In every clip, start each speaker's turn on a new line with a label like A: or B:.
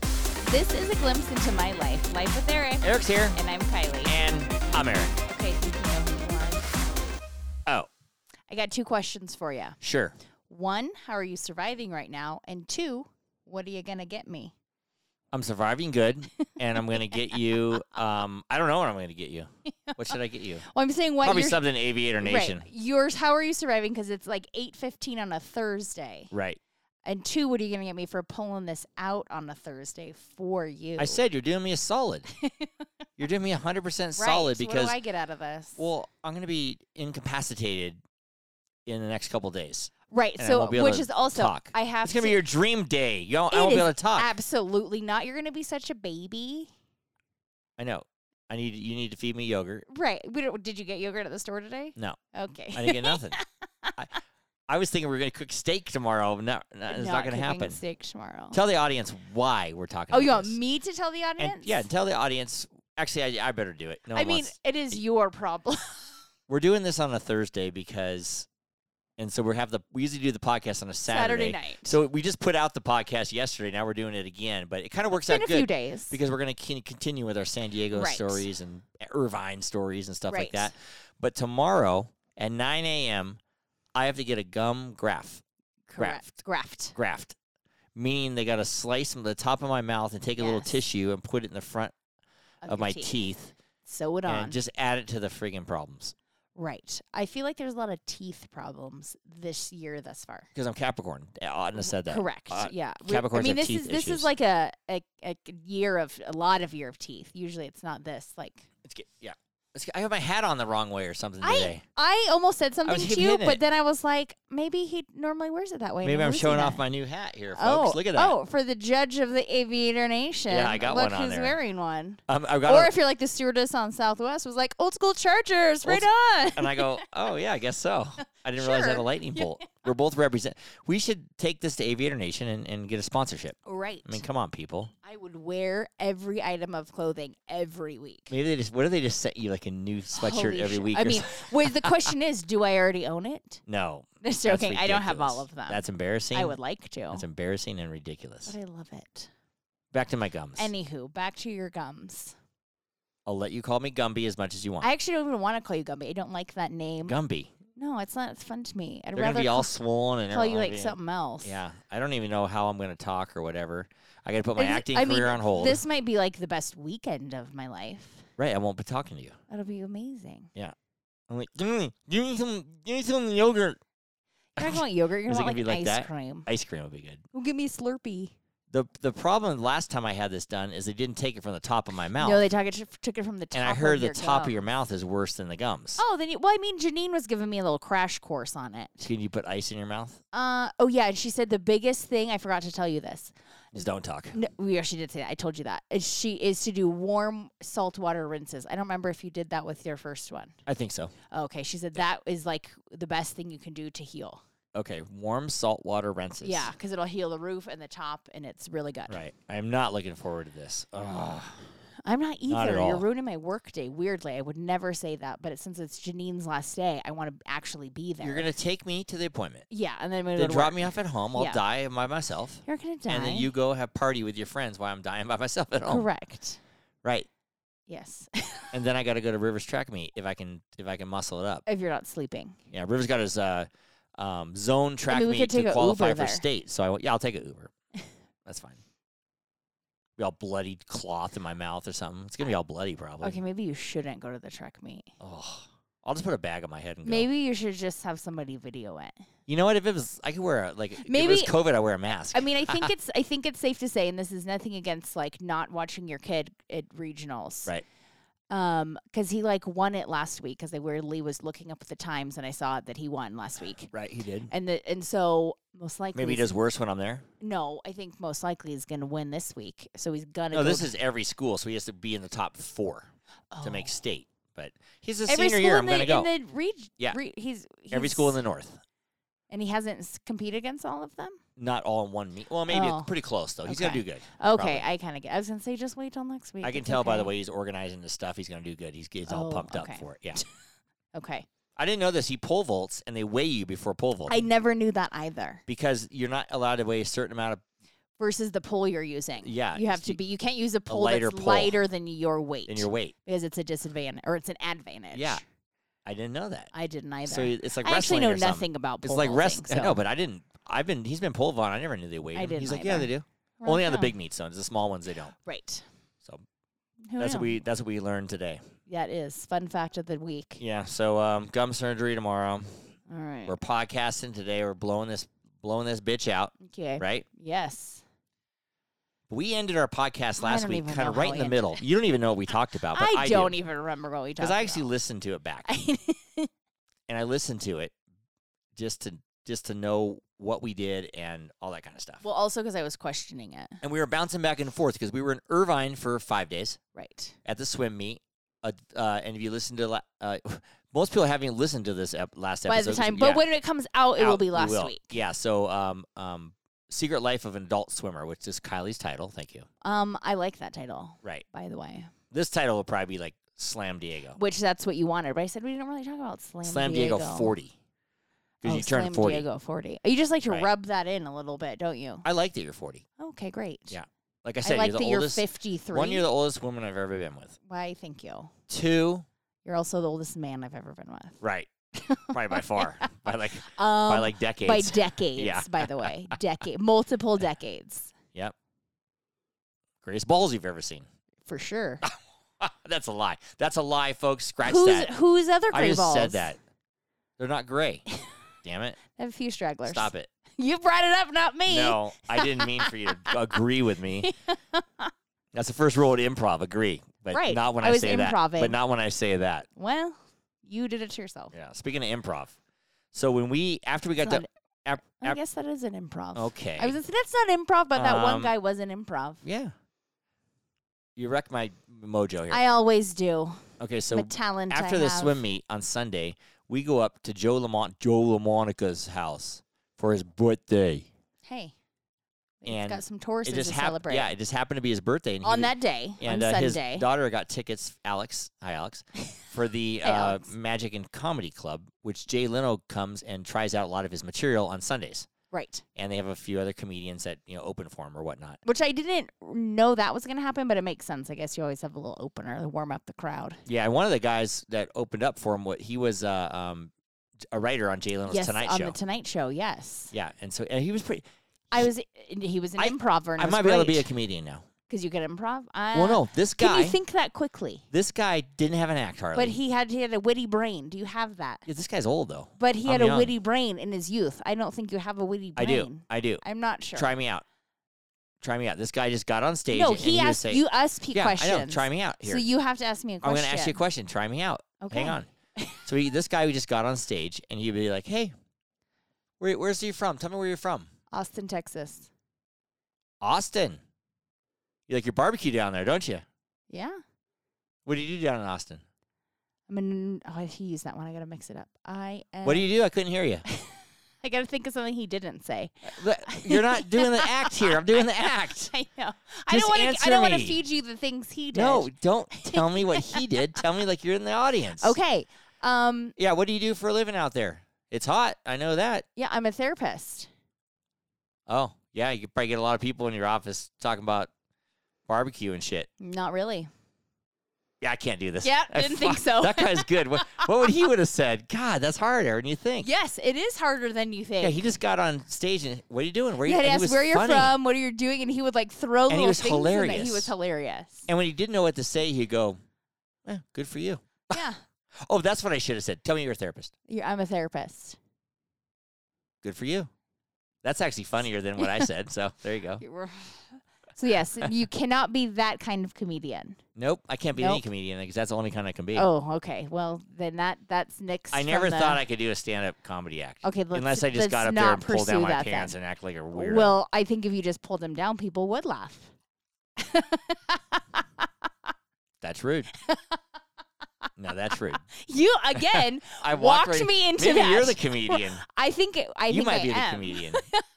A: This is a glimpse into my life, Life with Eric,
B: Eric's here,
A: and I'm Kylie.
B: and I'm Eric.
A: Okay, so you can know who you are.
B: Oh,
A: I got two questions for you.
B: sure.
A: One, how are you surviving right now? And two, what are you gonna get me?
B: I'm surviving good, and I'm gonna get you. Um, I don't know what I'm gonna get you. What should I get you?
A: Well, I'm saying what
B: Probably
A: you're
B: something Aviator Nation.
A: Right. Yours. How are you surviving? Because it's like eight fifteen on a Thursday.
B: Right.
A: And two, what are you gonna get me for pulling this out on a Thursday for you?
B: I said you're doing me a solid. you're doing me a hundred percent
A: right.
B: solid
A: so
B: because
A: what do I get out of this?
B: well, I'm gonna be incapacitated in the next couple days.
A: right.
B: and I
A: So
B: won't be able
A: which
B: to
A: is also
B: talk.
A: I have
B: It's gonna
A: to
B: be your dream day. You won't, I
A: It
B: won't be
A: is
B: able to talk.
A: absolutely not. You're gonna be such a baby.
B: I know. I need you need to feed me yogurt.
A: Right. We don't, did you get yogurt at the store today?
B: No,
A: Okay.
B: I didn't get nothing. I, I was thinking we were gonna cook steak tomorrow. No, no it's not gonna
A: cooking
B: happen.
A: Steak tomorrow.
B: Tell the audience why we're talking.
A: oh,
B: about
A: you want
B: this.
A: me to tell the
B: And
A: audience?
B: yeah, tell the audience. Actually, I, I better do it. No
A: I
B: one
A: mean,
B: wants-
A: it is your problem.
B: we're doing this on a Thursday because, and so we have the we usually do the podcast on a
A: Saturday
B: Saturday.
A: night.
B: So we just put out the podcast yesterday. Now we're doing it again, but it kind of works
A: It's been
B: out
A: a few
B: good
A: days.
B: because we're going to continue with our San Diego
A: Right.
B: stories and Irvine stories and stuff
A: Right.
B: like that. But tomorrow at 9 a.m., I have to get a gum graft,
A: Correct. Graft.
B: graft, meaning they got to slice from the top of my mouth and take a little
A: Yes.
B: tissue and put it in the front of,
A: your
B: my teeth
A: Sew it on.
B: and just add it to the friggin' problems
A: right. I feel like there's a lot of teeth problems this year thus far.
B: because I'm Capricorn. I oughtn't have said that.
A: Correct.
B: Uh,
A: yeah. We- I
B: Capricorns
A: mean,
B: have
A: this
B: teeth
A: is this
B: issues.
A: is like a, a a year of a lot of year of teeth. Usually, it's not this. Like
B: It's get, yeah. It's get- I have my hat on the wrong way or something
A: I
B: today.
A: I almost said something
B: was
A: to you,
B: hitting
A: but
B: it.
A: then I was like, maybe he normally wears it that way. and
B: Maybe I'm
A: losing
B: showing off
A: it.
B: my new hat here, folks.
A: Oh,
B: Look at that.
A: Oh, for the judge of the Aviator Nation.
B: Yeah, I got
A: Look
B: one on
A: who's
B: there.
A: wearing one.
B: Um, I've got
A: Or
B: a-
A: if you're like the stewardess on Southwest, was like old school Chargers,
B: Old
A: right on.
B: and I go, oh yeah, I guess so. I didn't realize I had a
A: Sure.
B: lightning bolt. We're both represent. We should take this to Aviator Nation and, and get a sponsorship.
A: Right.
B: I mean, come on, people.
A: I would wear every item of clothing every week.
B: Maybe they just what do they just set you like a new sweatshirt
A: Holy
B: every
A: shit.
B: week?
A: I
B: or
A: mean,
B: something?
A: wait, the question is, do I already own it?
B: no.
A: Just
B: that's
A: joking. I don't have all
B: ridiculous.
A: of them.
B: That's embarrassing.
A: I would like to.
B: That's embarrassing and ridiculous.
A: but I love it.
B: Back to my gums.
A: Anywho, back to your gums.
B: I'll let you call me Gumby as much as you want.
A: I actually don't even want to call you Gumby. I don't like that name.
B: Gumby.
A: no, it's not. It's fun to me. I'd
B: They're gonna
A: rather
B: be all swollen and
A: call you
B: everything.
A: like something else.
B: Yeah, I don't even know how I'm gonna talk or whatever. I gotta put my
A: Is it-
B: acting
A: I mean,
B: career on hold.
A: This might be like the best weekend of my life.
B: right, I won't be talking to you.
A: That'll be amazing.
B: I'm like, give me, give me some, give me some yogurt.
A: You're not gonna want yogurt. You're
B: Is
A: gonna want
B: it gonna
A: like,
B: be like
A: ice
B: that?
A: cream.
B: Ice cream would be good.
A: Well, give me a Slurpee.
B: the The problem last time I had this done is they didn't take it from the top of my mouth.
A: No, they took it, took it from the top.
B: and I heard
A: of
B: the
A: your
B: top of
A: gum.
B: your mouth is worse than the gums.
A: Oh, then you, well, I mean, Janine was giving me a little crash course on it.
B: Can you put ice in your mouth?
A: Uh, oh yeah, and she said the biggest thing I forgot to tell you this.
B: Just don't talk.
A: No, oh, yeah, she did say that. I told you that. Is She is to do warm salt water rinses. I don't remember if you did that with your first one.
B: I think so.
A: Okay, she said that is like the best thing you can do to heal.
B: Okay, warm salt water rinses.
A: Yeah, because it'll heal the roof and the top, and it's really good.
B: Right. I'm not looking forward to this. Ugh.
A: I'm not either.
B: Not at
A: You're
B: all.
A: ruining my work day. Weirdly, I would never say that, but it, since it's Janine's last day, I want to actually be there.
B: You're gonna take me to the appointment.
A: yeah, and then I'm gonna go
B: Then
A: to
B: drop
A: work.
B: me off at home. I'll
A: Yeah.
B: die by myself.
A: You're gonna die.
B: And then you go have party with your friends while I'm dying by myself at home.
A: correct?
B: Right.
A: Yes,
B: And then I got to go to Rivers track meet if I can if I can muscle it up.
A: if you're not sleeping.
B: Yeah, Rivers got his uh, um, zone track
A: mean, we
B: meet
A: could take
B: to
A: a
B: qualify
A: Uber
B: for
A: there.
B: state. So I went, yeah, I'll take an Uber. That's fine. Be all bloodied cloth in my mouth or something. It's gonna be all bloody probably.
A: Okay, maybe you shouldn't go to the truck meet.
B: Oh, I'll just put a bag on my head and go.
A: Maybe you should just have somebody video it.
B: You know what? If it was, I could wear a, like.
A: Maybe-
B: if it was COVID, I wear a mask.
A: I mean, I think it's I think it's safe to say, and this is nothing against like not watching your kid at regionals,
B: Right.
A: Um, because he like won it last week because I weirdly was looking up at the times and I saw that he won last week,
B: right? He did.
A: and the and so most likely
B: Maybe he
A: he's-
B: does worse when I'm there.
A: No, I think most likely he's gonna win this week, so he's gonna.
B: No,
A: go
B: this is every school, so he has to be in the top four to make
A: Oh.
B: state. But he's a
A: every
B: senior
A: school
B: year. I'm
A: in the,
B: going to go.
A: in the reg-
B: Yeah.
A: re- he's, he's
B: Every school in the north.
A: and he hasn't s- competed against all of them.
B: Not all in one meet. Well, maybe
A: Oh.
B: pretty close though. He's going
A: Okay.
B: to do good.
A: Okay, I kind of get. I was gonna say just wait till next week.
B: I can
A: it's
B: tell by the
A: okay.
B: way he's organizing the stuff. He's going to do good. He's, he's
A: Oh,
B: all pumped
A: okay.
B: up for it. Yeah.
A: Okay,
B: I didn't know this. He pole vaults and they weigh you before pole vault
A: I never knew that either.
B: because you're not allowed to weigh a certain amount of
A: versus the pole you're using.
B: Yeah,
A: You have
B: just
A: to
B: y-
A: be you can't use a pole
B: lighter
A: that's
B: pole.
A: lighter than your weight.
B: in your weight.
A: because it's a disadvantage or it's an advantage.
B: I didn't know that.
A: I didn't either.
B: So it's like
A: I actually
B: wrestling
A: know
B: or something.
A: nothing about pole
B: It's like
A: vaulting,
B: wrestling.
A: So.
B: I know, but I didn't. I've been. He's been pole vaulting. I never knew they weighed
A: I
B: him.
A: didn't
B: He's like, yeah,
A: either.
B: they do.
A: Well,
B: Only on the
A: no.
B: big meat zones. The small ones they don't.
A: right.
B: So
A: Who
B: that's
A: knew?
B: what we that's what we learned today.
A: That is fun fact of the week.
B: Yeah. So um, gum surgery tomorrow.
A: All right.
B: We're podcasting today. We're blowing this blowing this bitch out.
A: okay.
B: Right.
A: Yes.
B: We ended our podcast
A: I
B: last
A: don't
B: week
A: even
B: kind
A: know
B: of
A: how
B: right in
A: we
B: the
A: ended
B: middle. You don't even know what we talked about, Uh, but
A: I,
B: I,
A: don't even remember what we talked
B: because I actually
A: about.
B: listened to it back
A: I-
B: and I listened to it just to just to know what we did and all that kind of stuff.
A: well, also because I was questioning it.
B: and we were bouncing back and forth because we were in Irvine for five days
A: Right.
B: at the swim meet. Uh, uh, and if you listen to la- uh, most people haven't even listened to this ep- last
A: By
B: episode,
A: the
B: so-
A: time,
B: yeah,
A: but when it comes out, it will
B: out-
A: be
B: we
A: last
B: will.
A: week.
B: Yeah. So, um, um, Secret Life of an Adult Swimmer, which is Kylie's title. Thank you.
A: Um, I like that title,
B: Right.
A: by the way.
B: This title will probably be like Slam Diego.
A: Which that's what you wanted, but I said we didn't really talk about Slam,
B: Slam Diego, forty because
A: Oh,
B: you turned
A: Slam
B: forty.
A: Diego forty. You just like to
B: Right.
A: rub that in a little bit, don't you?
B: I like that you're forty.
A: Okay, great.
B: Yeah. Like I
A: I
B: said,
A: like
B: you're
A: that
B: the
A: you're
B: oldest.
A: 53.
B: One, you're the oldest woman I've ever been with.
A: Why, thank you.
B: Two,
A: You're also the oldest man I've ever been with.
B: right? Probably by far, by like
A: Um,
B: by like decades.
A: by decades, by the way. Decade, multiple decades,
B: Yep. Greatest balls you've ever seen.
A: for sure.
B: That's a lie. That's a lie, folks. Scratch
A: who's,
B: that.
A: who's other gray
B: I just
A: balls?
B: said that. They're not gray. Damn it.
A: I have a few stragglers.
B: Stop it.
A: You brought it up, not me.
B: No, I didn't mean for you to agree with me. That's the first rule at improv, agree. But
A: Right.
B: not when
A: I
B: I,
A: was
B: say that.
A: improving.
B: But not when I say that.
A: Well, you did it to yourself.
B: Yeah. Speaking of improv. So when we after we got
A: It's
B: to
A: not-
B: ap-
A: I
B: ap-
A: guess that is an improv.
B: Okay.
A: I was gonna say, that's not improv, but that one
B: Um,
A: guy was an improv.
B: yeah. You wrecked my mojo here.
A: I always do.
B: okay, so
A: the talent I
B: after the
A: have.
B: swim meet on Sunday, we go up to Joe Lamont Joe LaMonica's house for his birthday.
A: Hey,
B: And
A: he's got some Tauruses
B: it just
A: to
B: hap-
A: celebrate
B: Yeah, it just happened to be his birthday. And he
A: on
B: was-
A: that day
B: and
A: on
B: uh, his
A: Sunday.
B: daughter got tickets. Alex, hi Alex, for the
A: Hi,
B: uh,
A: Alex.
B: Magic and Comedy Club, which Jay Leno comes and tries out a lot of his material on Sundays.
A: right.
B: And they have a few other comedians that you know open for him or whatnot.
A: Which I didn't know that was going to happen, but it makes sense. I guess you always have a little opener to warm up the crowd.
B: Yeah, and one of the guys that opened up for him, what he was uh, um, a writer on Jay Leno's
A: yes,
B: Tonight
A: on
B: Show.
A: the Tonight Show. Yes,
B: yeah, and so and he was pretty.
A: I was. He was an
B: I-
A: improver. And
B: I might be able to be a comedian now.
A: because you get improv. Uh,
B: well, no, this
A: Can
B: guy,
A: you think that quickly?
B: this guy didn't have an act hardly.
A: But he had he had a witty brain. Do you have that?
B: yeah, this guy's old though.
A: But he
B: I'm
A: had a
B: young.
A: witty brain in his youth. I don't think you have a witty
B: I
A: brain.
B: do, I do.
A: I'm not sure.
B: Try me out. Try me out. This guy just got on stage.
A: no,
B: and, and
A: he
B: was
A: asked
B: saying-
A: you us P
B: yeah,
A: questions.
B: I know. Try me out here.
A: So you have to ask me a
B: I'm
A: question.
B: going to ask you a question. Try me out.
A: Okay.
B: Hang on. So he, this guy, we just got on stage, and he'd be like, "Hey, where, where's you from? Tell me where you're from.
A: Austin, Texas.
B: Austin. You like your barbecue down there, don't you?
A: Yeah.
B: What do you do down in Austin?
A: I mean, oh, he used that one. I gotta mix it up. I am.
B: What do you do? I couldn't hear you.
A: I gotta think of something he didn't say.
B: Look, You're not doing the act here. I'm doing the act.
A: I know. I don't
B: Just
A: want to. I
B: answer
A: don't want to
B: me.
A: feed you the things he did.
B: No, don't tell me what he did. Tell me like you're in the audience.
A: Okay. Um.
B: Yeah, what do you do for a living out there? It's hot. I know that.
A: Yeah, I'm a therapist.
B: Oh, yeah, you could probably get a lot of people in your office talking about barbecue and shit.
A: Not really.
B: Yeah, I can't do this.
A: Yeah,
B: I
A: didn't think
B: fuck-
A: so.
B: That guy's good. What, what would he would have said? God, that's harder than you think.
A: Yes, it is harder than you think.
B: Yeah, he just got on stage and what are you doing? Where
A: You
B: you?
A: had to
B: and he
A: ask
B: was
A: where you're
B: funny.
A: from, what are you doing, and he would like throw
B: he
A: little
B: was
A: things in that. He
B: hilarious.
A: was hilarious.
B: And when he didn't know what to say, he'd go, eh, "Good for you."
A: yeah,
B: Oh, that's what I should have said. Tell me you're a therapist.
A: You're- I'm a therapist.
B: Good for you. That's actually funnier than what I said. So there you go.
A: You were- So yes, you cannot be that kind of comedian.
B: Nope, I can't be any
A: Nope.
B: comedian because that's the only kind I can be.
A: Oh, okay. Well, then that that's next.
B: I never thought I could do a stand-up comedy act.
A: Okay, let's-
B: unless I just
A: let's
B: got up there
A: not
B: and pulled down
A: pursue
B: my
A: that then.
B: pants and act like a weirdo.
A: Well, I think if you just pulled them down, people would laugh.
B: that's rude. no, that's rude.
A: You again
B: I
A: walked
B: walked right-
A: me into
B: Maybe
A: that.
B: you're the comedian.
A: I think it, I
B: you
A: think
B: might
A: I
B: be
A: am.
B: the comedian.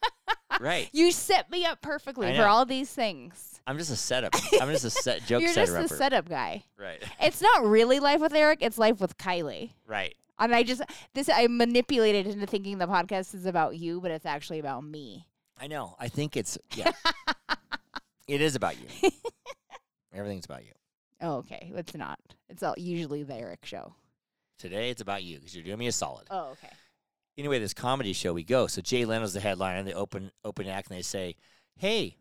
B: right.
A: You set me up perfectly
B: I
A: for
B: know.
A: all these things.
B: I'm just a setup. I'm just a set joke
A: You're just
B: setter.
A: the setup guy.
B: right.
A: It's not really life with Eric. It's life with Kylie.
B: Right.
A: And I just this I manipulated into thinking the podcast is about you, but it's actually about me.
B: I know. I think it's yeah. It is about you. Everything's about you.
A: Oh, okay. It's not. It's all usually the Eric show.
B: Today it's about you because you're doing me a solid.
A: Oh, okay.
B: anyway, this comedy show we go. So Jay Leno's the headliner. They open open act and they say, "Hey,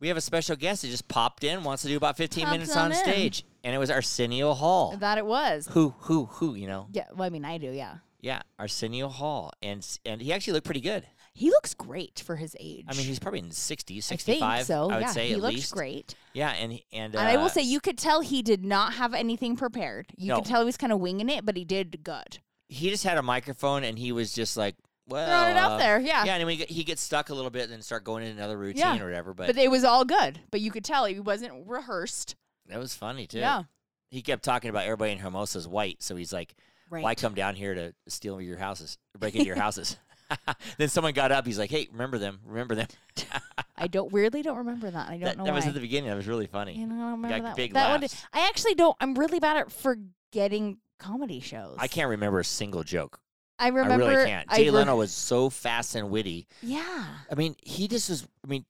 B: we have a special guest that just popped in. Wants to do about 15
A: Pops
B: minutes
A: on
B: on,
A: in.
B: stage." And it was Arsenio Hall.
A: That it was.
B: who who who? You know?
A: Yeah. Well, I mean, I do. Yeah.
B: Yeah, Arsenio Hall, and s- and he actually looked pretty good.
A: He looks great for his age.
B: I mean, he's probably in the 60s,
A: I
B: 65.
A: think so.
B: I would
A: yeah.
B: say
A: he
B: at
A: looks
B: least.
A: great.
B: Yeah, and he- and,
A: and I
B: uh,
A: will say, you could tell he did not have anything prepared. You
B: No.
A: could tell he was kind of winging it, but he did good.
B: he just had a microphone and he was just like, well,
A: Throwing it
B: uh,
A: out there. Yeah.
B: Yeah, and we get, he gets stuck a little bit and then start going in another routine
A: Yeah,
B: or whatever. But,
A: but it was all good. But you could tell he wasn't rehearsed.
B: that was funny too.
A: Yeah.
B: he kept talking about everybody in Hermosa's white, so he's like,
A: Right.
B: "Why come down here to steal your houses, break into your houses?" then someone got up. He's like, "Hey, remember them? Remember them?"
A: I don't weirdly don't remember that. I don't
B: that
A: know
B: that
A: why.
B: was at the beginning. That was really funny.
A: You know, I don't remember
B: got
A: that.
B: big
A: one. that one.
B: laughs.
A: I actually don't. I'm really bad at forgetting comedy shows.
B: I can't remember a single joke.
A: I remember.
B: I really can't.
A: I
B: Jay
A: re-
B: Leno was so fast and witty.
A: Yeah.
B: I mean, he just was. I mean,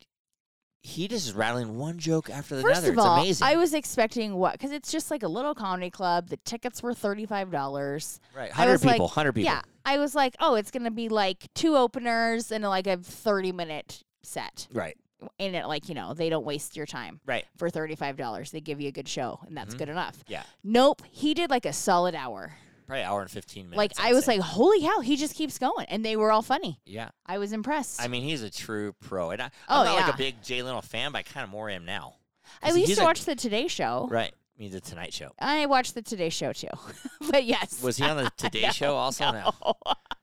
B: he just is rattling one joke after the
A: First
B: other.
A: of all,
B: it's amazing.
A: I was expecting what? Because it's just like a little comedy club. The tickets were thirty five dollars.
B: right,
A: I
B: hundred
A: was like,
B: people, hundred people.
A: Yeah, I was like, oh, it's gonna be like two openers and like a thirty minute set.
B: Right,
A: And it like you know they don't waste your time
B: right.
A: for thirty five dollars. They give you a good show and that's
B: Mhm.
A: good enough.
B: Yeah.
A: Nope, he did like a solid hour.
B: Probably hour and fifteen minutes.
A: like I was like, holy cow, he just keeps going, and they were all funny.
B: yeah.
A: I was impressed.
B: I mean, he's a true pro, and I,
A: Oh,
B: I'm not like
A: yeah.
B: a big Jay Leno fan, but I kind of more am now.
A: I
B: 'Cause
A: used
B: he's
A: to
B: a-
A: watch the Today Show.
B: Right. I mean, the Tonight Show.
A: I watched the Today Show too, but yes,
B: Was he on the Today Show also? No.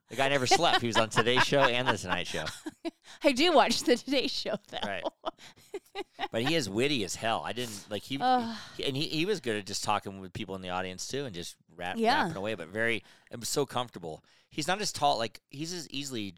B: The guy never slept. He was on Today Show and the Tonight Show.
A: I do watch the Today Show though.
B: Right. But he is witty as hell. I didn't like he,
A: Ugh.
B: he- and he, he was good at just talking with people in the audience too and just rap,
A: Yeah.
B: rapping away, but very I'm so comfortable. He's not as tall like he's as easily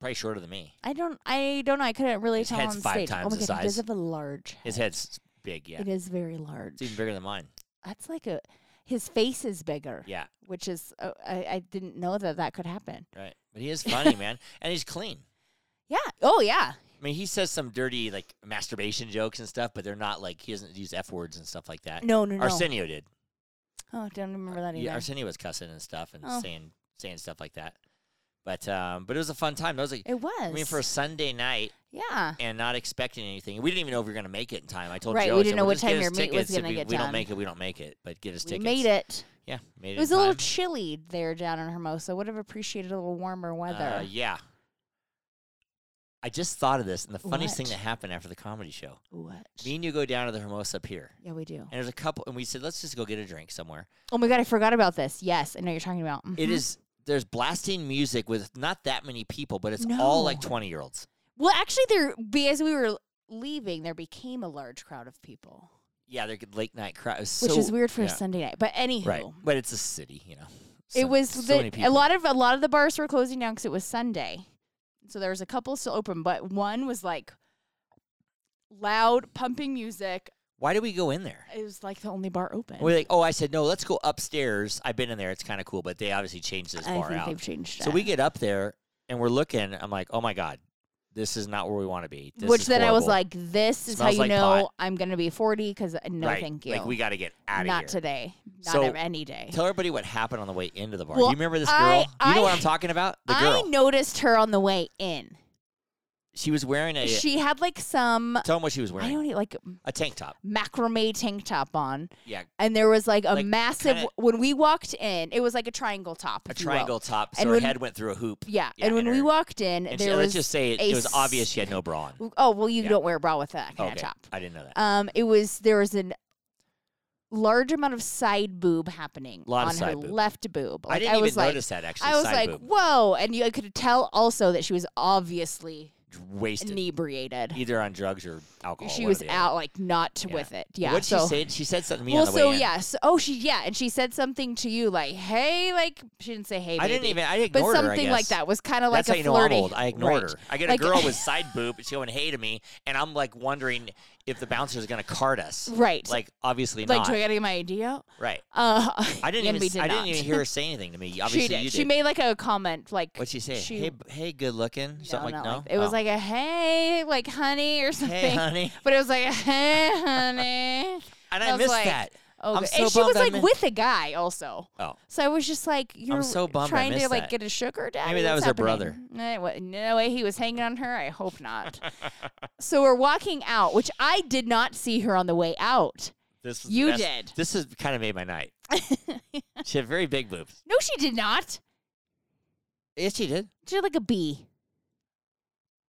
B: probably shorter than me.
A: I don't. I don't know. I couldn't really
B: His
A: tell
B: head's
A: on
B: five
A: stage. oh
B: times
A: my
B: the
A: god, he does
B: size.
A: have a large.
B: His
A: head.
B: head's big, yeah.
A: It is very large.
B: It's even bigger than mine.
A: That's like a. His face is bigger.
B: Yeah,
A: Which is uh, I, I didn't know that that could happen.
B: right. But he is funny, man. And he's clean.
A: Yeah. Oh yeah.
B: I mean, he says some dirty like masturbation jokes and stuff, but they're not like he doesn't use F words and stuff like that.
A: No no no.
B: Arsenio did.
A: oh, don't remember that either.
B: Yeah, Arsenio was cussing and stuff and
A: Oh.
B: saying saying stuff like that. But um, but it was a fun time. That was like,
A: it was.
B: I mean, for a Sunday night
A: yeah.
B: and not expecting anything, we didn't even know if we were gonna make it in time. I told
A: Right,
B: Joe,
A: we
B: I
A: didn't
B: said,
A: know
B: "Well,
A: what
B: just
A: time
B: get us
A: your meet was
B: tickets. If
A: gonna
B: we,
A: get
B: We
A: done."
B: don't make it. We don't make it. But get us
A: We
B: tickets.
A: made it.
B: Yeah, made it.
A: It was
B: in
A: a little
B: time.
A: chilly there down in Hermosa. Would have appreciated a little warmer
B: Uh,
A: weather.
B: yeah. I just thought of this, and the funniest thing
A: What?
B: that happened after the comedy show,
A: what?
B: me and you go down to the Hermosa Pier.
A: Yeah, we do.
B: And there's a couple, and we said, let's just go get a drink somewhere.
A: Oh my god, I forgot about this. Yes, I know you're talking about.
B: It
A: Mhm.
B: is there's blasting music with not that many people, but it's all like
A: No.
B: twenty year olds.
A: Well, actually, there be as we were leaving, there became a large crowd of people,
B: Yeah, they're good late night crowd. Which
A: which is weird for a
B: yeah.
A: Sunday night. But anywho,
B: right? But it's a city, you know. So-
A: it was
B: so
A: the-
B: many
A: a
B: people.
A: lot of a lot of the bars were closing down because it was Sunday, so there was a couple still open, but one was like loud pumping music.
B: Why do we go in there?
A: It was like the only bar open.
B: We're like, oh, I said no. Let's go upstairs. I've been in there. It's kind of cool, but they obviously changed this
A: I
B: bar
A: think they've
B: out.
A: changed.
B: So
A: it.
B: we get up there and we're looking. I'm like, oh my god, this is not where we want to be. This
A: Which
B: is
A: then I was
B: horrible.
A: like, this is how
B: Smells
A: you
B: like
A: know
B: pot.
A: I'm going to be 40 because no,
B: right,
A: thank you.
B: Like we got to get out of
A: Not
B: here.
A: today. Not
B: So,
A: ev- any day.
B: Tell everybody what happened on the way into the bar.
A: Well,
B: do you remember this girl?
A: I-
B: you know what
A: I-
B: I'm talking about? The
A: I
B: girl.
A: noticed her on the way in.
B: She was wearing a.
A: She had like some,
B: tell them what she was
A: I
B: wearing.
A: don't know, like
B: A tank top.
A: macrame tank top on.
B: Yeah,
A: And there was like a
B: Like,
A: massive,
B: kinda-
A: when we walked in, it was like a triangle top.
B: a
A: if you will.
B: triangle top. So
A: And
B: her
A: when-
B: head went through a hoop.
A: Yeah.
B: Yeah,
A: And when
B: and
A: we
B: her-
A: walked in,
B: And she,
A: there
B: let's
A: was,
B: just say it,
A: a
B: it was obvious
A: s-
B: she had no bra on.
A: oh, well, you
B: Yeah.
A: don't wear a bra with that kind
B: Okay,
A: of top.
B: I didn't know that.
A: Um, it was there was an large amount of side boob happening
B: Lot of
A: on her
B: side boob.
A: left boob. Like,
B: I didn't
A: was
B: even
A: like,
B: notice that actually.
A: I was
B: side
A: like,
B: boob.
A: whoa, and you I could tell also that she was obviously
B: wasted.
A: inebriated.
B: Either on drugs or alcohol.
A: she
B: one or
A: was
B: the other.
A: out like not
B: oh, Yeah.
A: with it. Yeah.
B: What'd
A: so
B: she say? She said something to me
A: well,
B: on the way
A: so
B: in.
A: yeah, so, oh she yeah, and she said something to you like, hey, like she didn't say hey,
B: I didn't
A: baby,
B: even. I
A: but
B: ignored her. I
A: something like
B: guess.
A: that was kind of like
B: That's
A: a
B: how you know
A: flirty.
B: I'm old. I ignored
A: right.
B: her. I get
A: Like-
B: a girl with side boob. She's going hey to me, and I'm like wondering if the bouncer is going to card us.
A: Right.
B: Like obviously
A: like,
B: not.
A: do I get any my idea?
B: right.
A: Uh,
B: I didn't
A: and
B: even.
A: we
B: s-
A: did
B: I
A: not.
B: didn't even hear her say anything to me. Obviously
A: she did.
B: you
A: She made like a comment like
B: What'd she say?
A: she-
B: hey, b- hey, good looking. Something like
A: not
B: no.
A: It was
B: Oh.
A: like a hey, like honey or something.
B: Hey, honey.
A: But it was like a hey, honey.
B: And
A: I
B: I,
A: was
B: missed
A: like-
B: that.
A: Oh,
B: I'm
A: God.
B: so
A: and she was
B: bummed I
A: like
B: mi-
A: with a guy also.
B: Oh,
A: So I was just like, "You're
B: so bummed I
A: trying to
B: missed
A: like
B: that.
A: get a sugar daddy."
B: Maybe that
A: What's
B: was her
A: happening?"
B: brother.
A: No, it wa- no way, he was hanging on her. I hope not. so we're walking out, which I did not see her on the way out.
B: this was the
A: You
B: best-
A: did.
B: This has kind of made my night. She had very big boobs.
A: No, she did not.
B: Yes, she did.
A: She had like a B.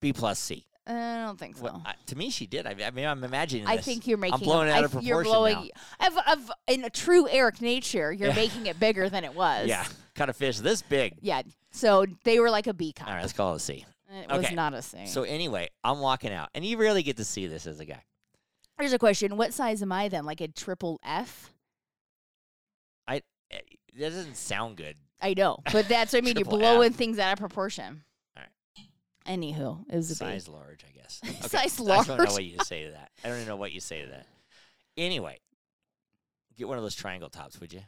B: B plus C.
A: Uh, I don't think so.
B: Well, I- to me, she did. I, I mean, I'm imagining.
A: I
B: this.
A: think you're making.
B: blowing it
A: I
B: out of
A: th- You're
B: proportion now.
A: blowing of of in a true Eric nature. You're
B: Yeah.
A: making it bigger than it was.
B: Yeah, kind of fish this big.
A: Yeah. So they were like a B
B: All right,
A: cup.
B: let's call it a C.
A: It was
B: okay.
A: not a thing.
B: So anyway, I'm walking out, and you rarely get to see this as a guy.
A: Here's a question: What size am I then? Like a triple F?
B: Eh, That doesn't sound good.
A: I know, but that's what I mean. You're
B: Triple
A: blowing things out of proportion.
B: All right.
A: Anywho, it was a B.
B: Size large, I guess. Okay,
A: Size
B: I don't
A: large.
B: know what you say to that. I don't even know what you say to that. Anyway, get one of those triangle tops, would you?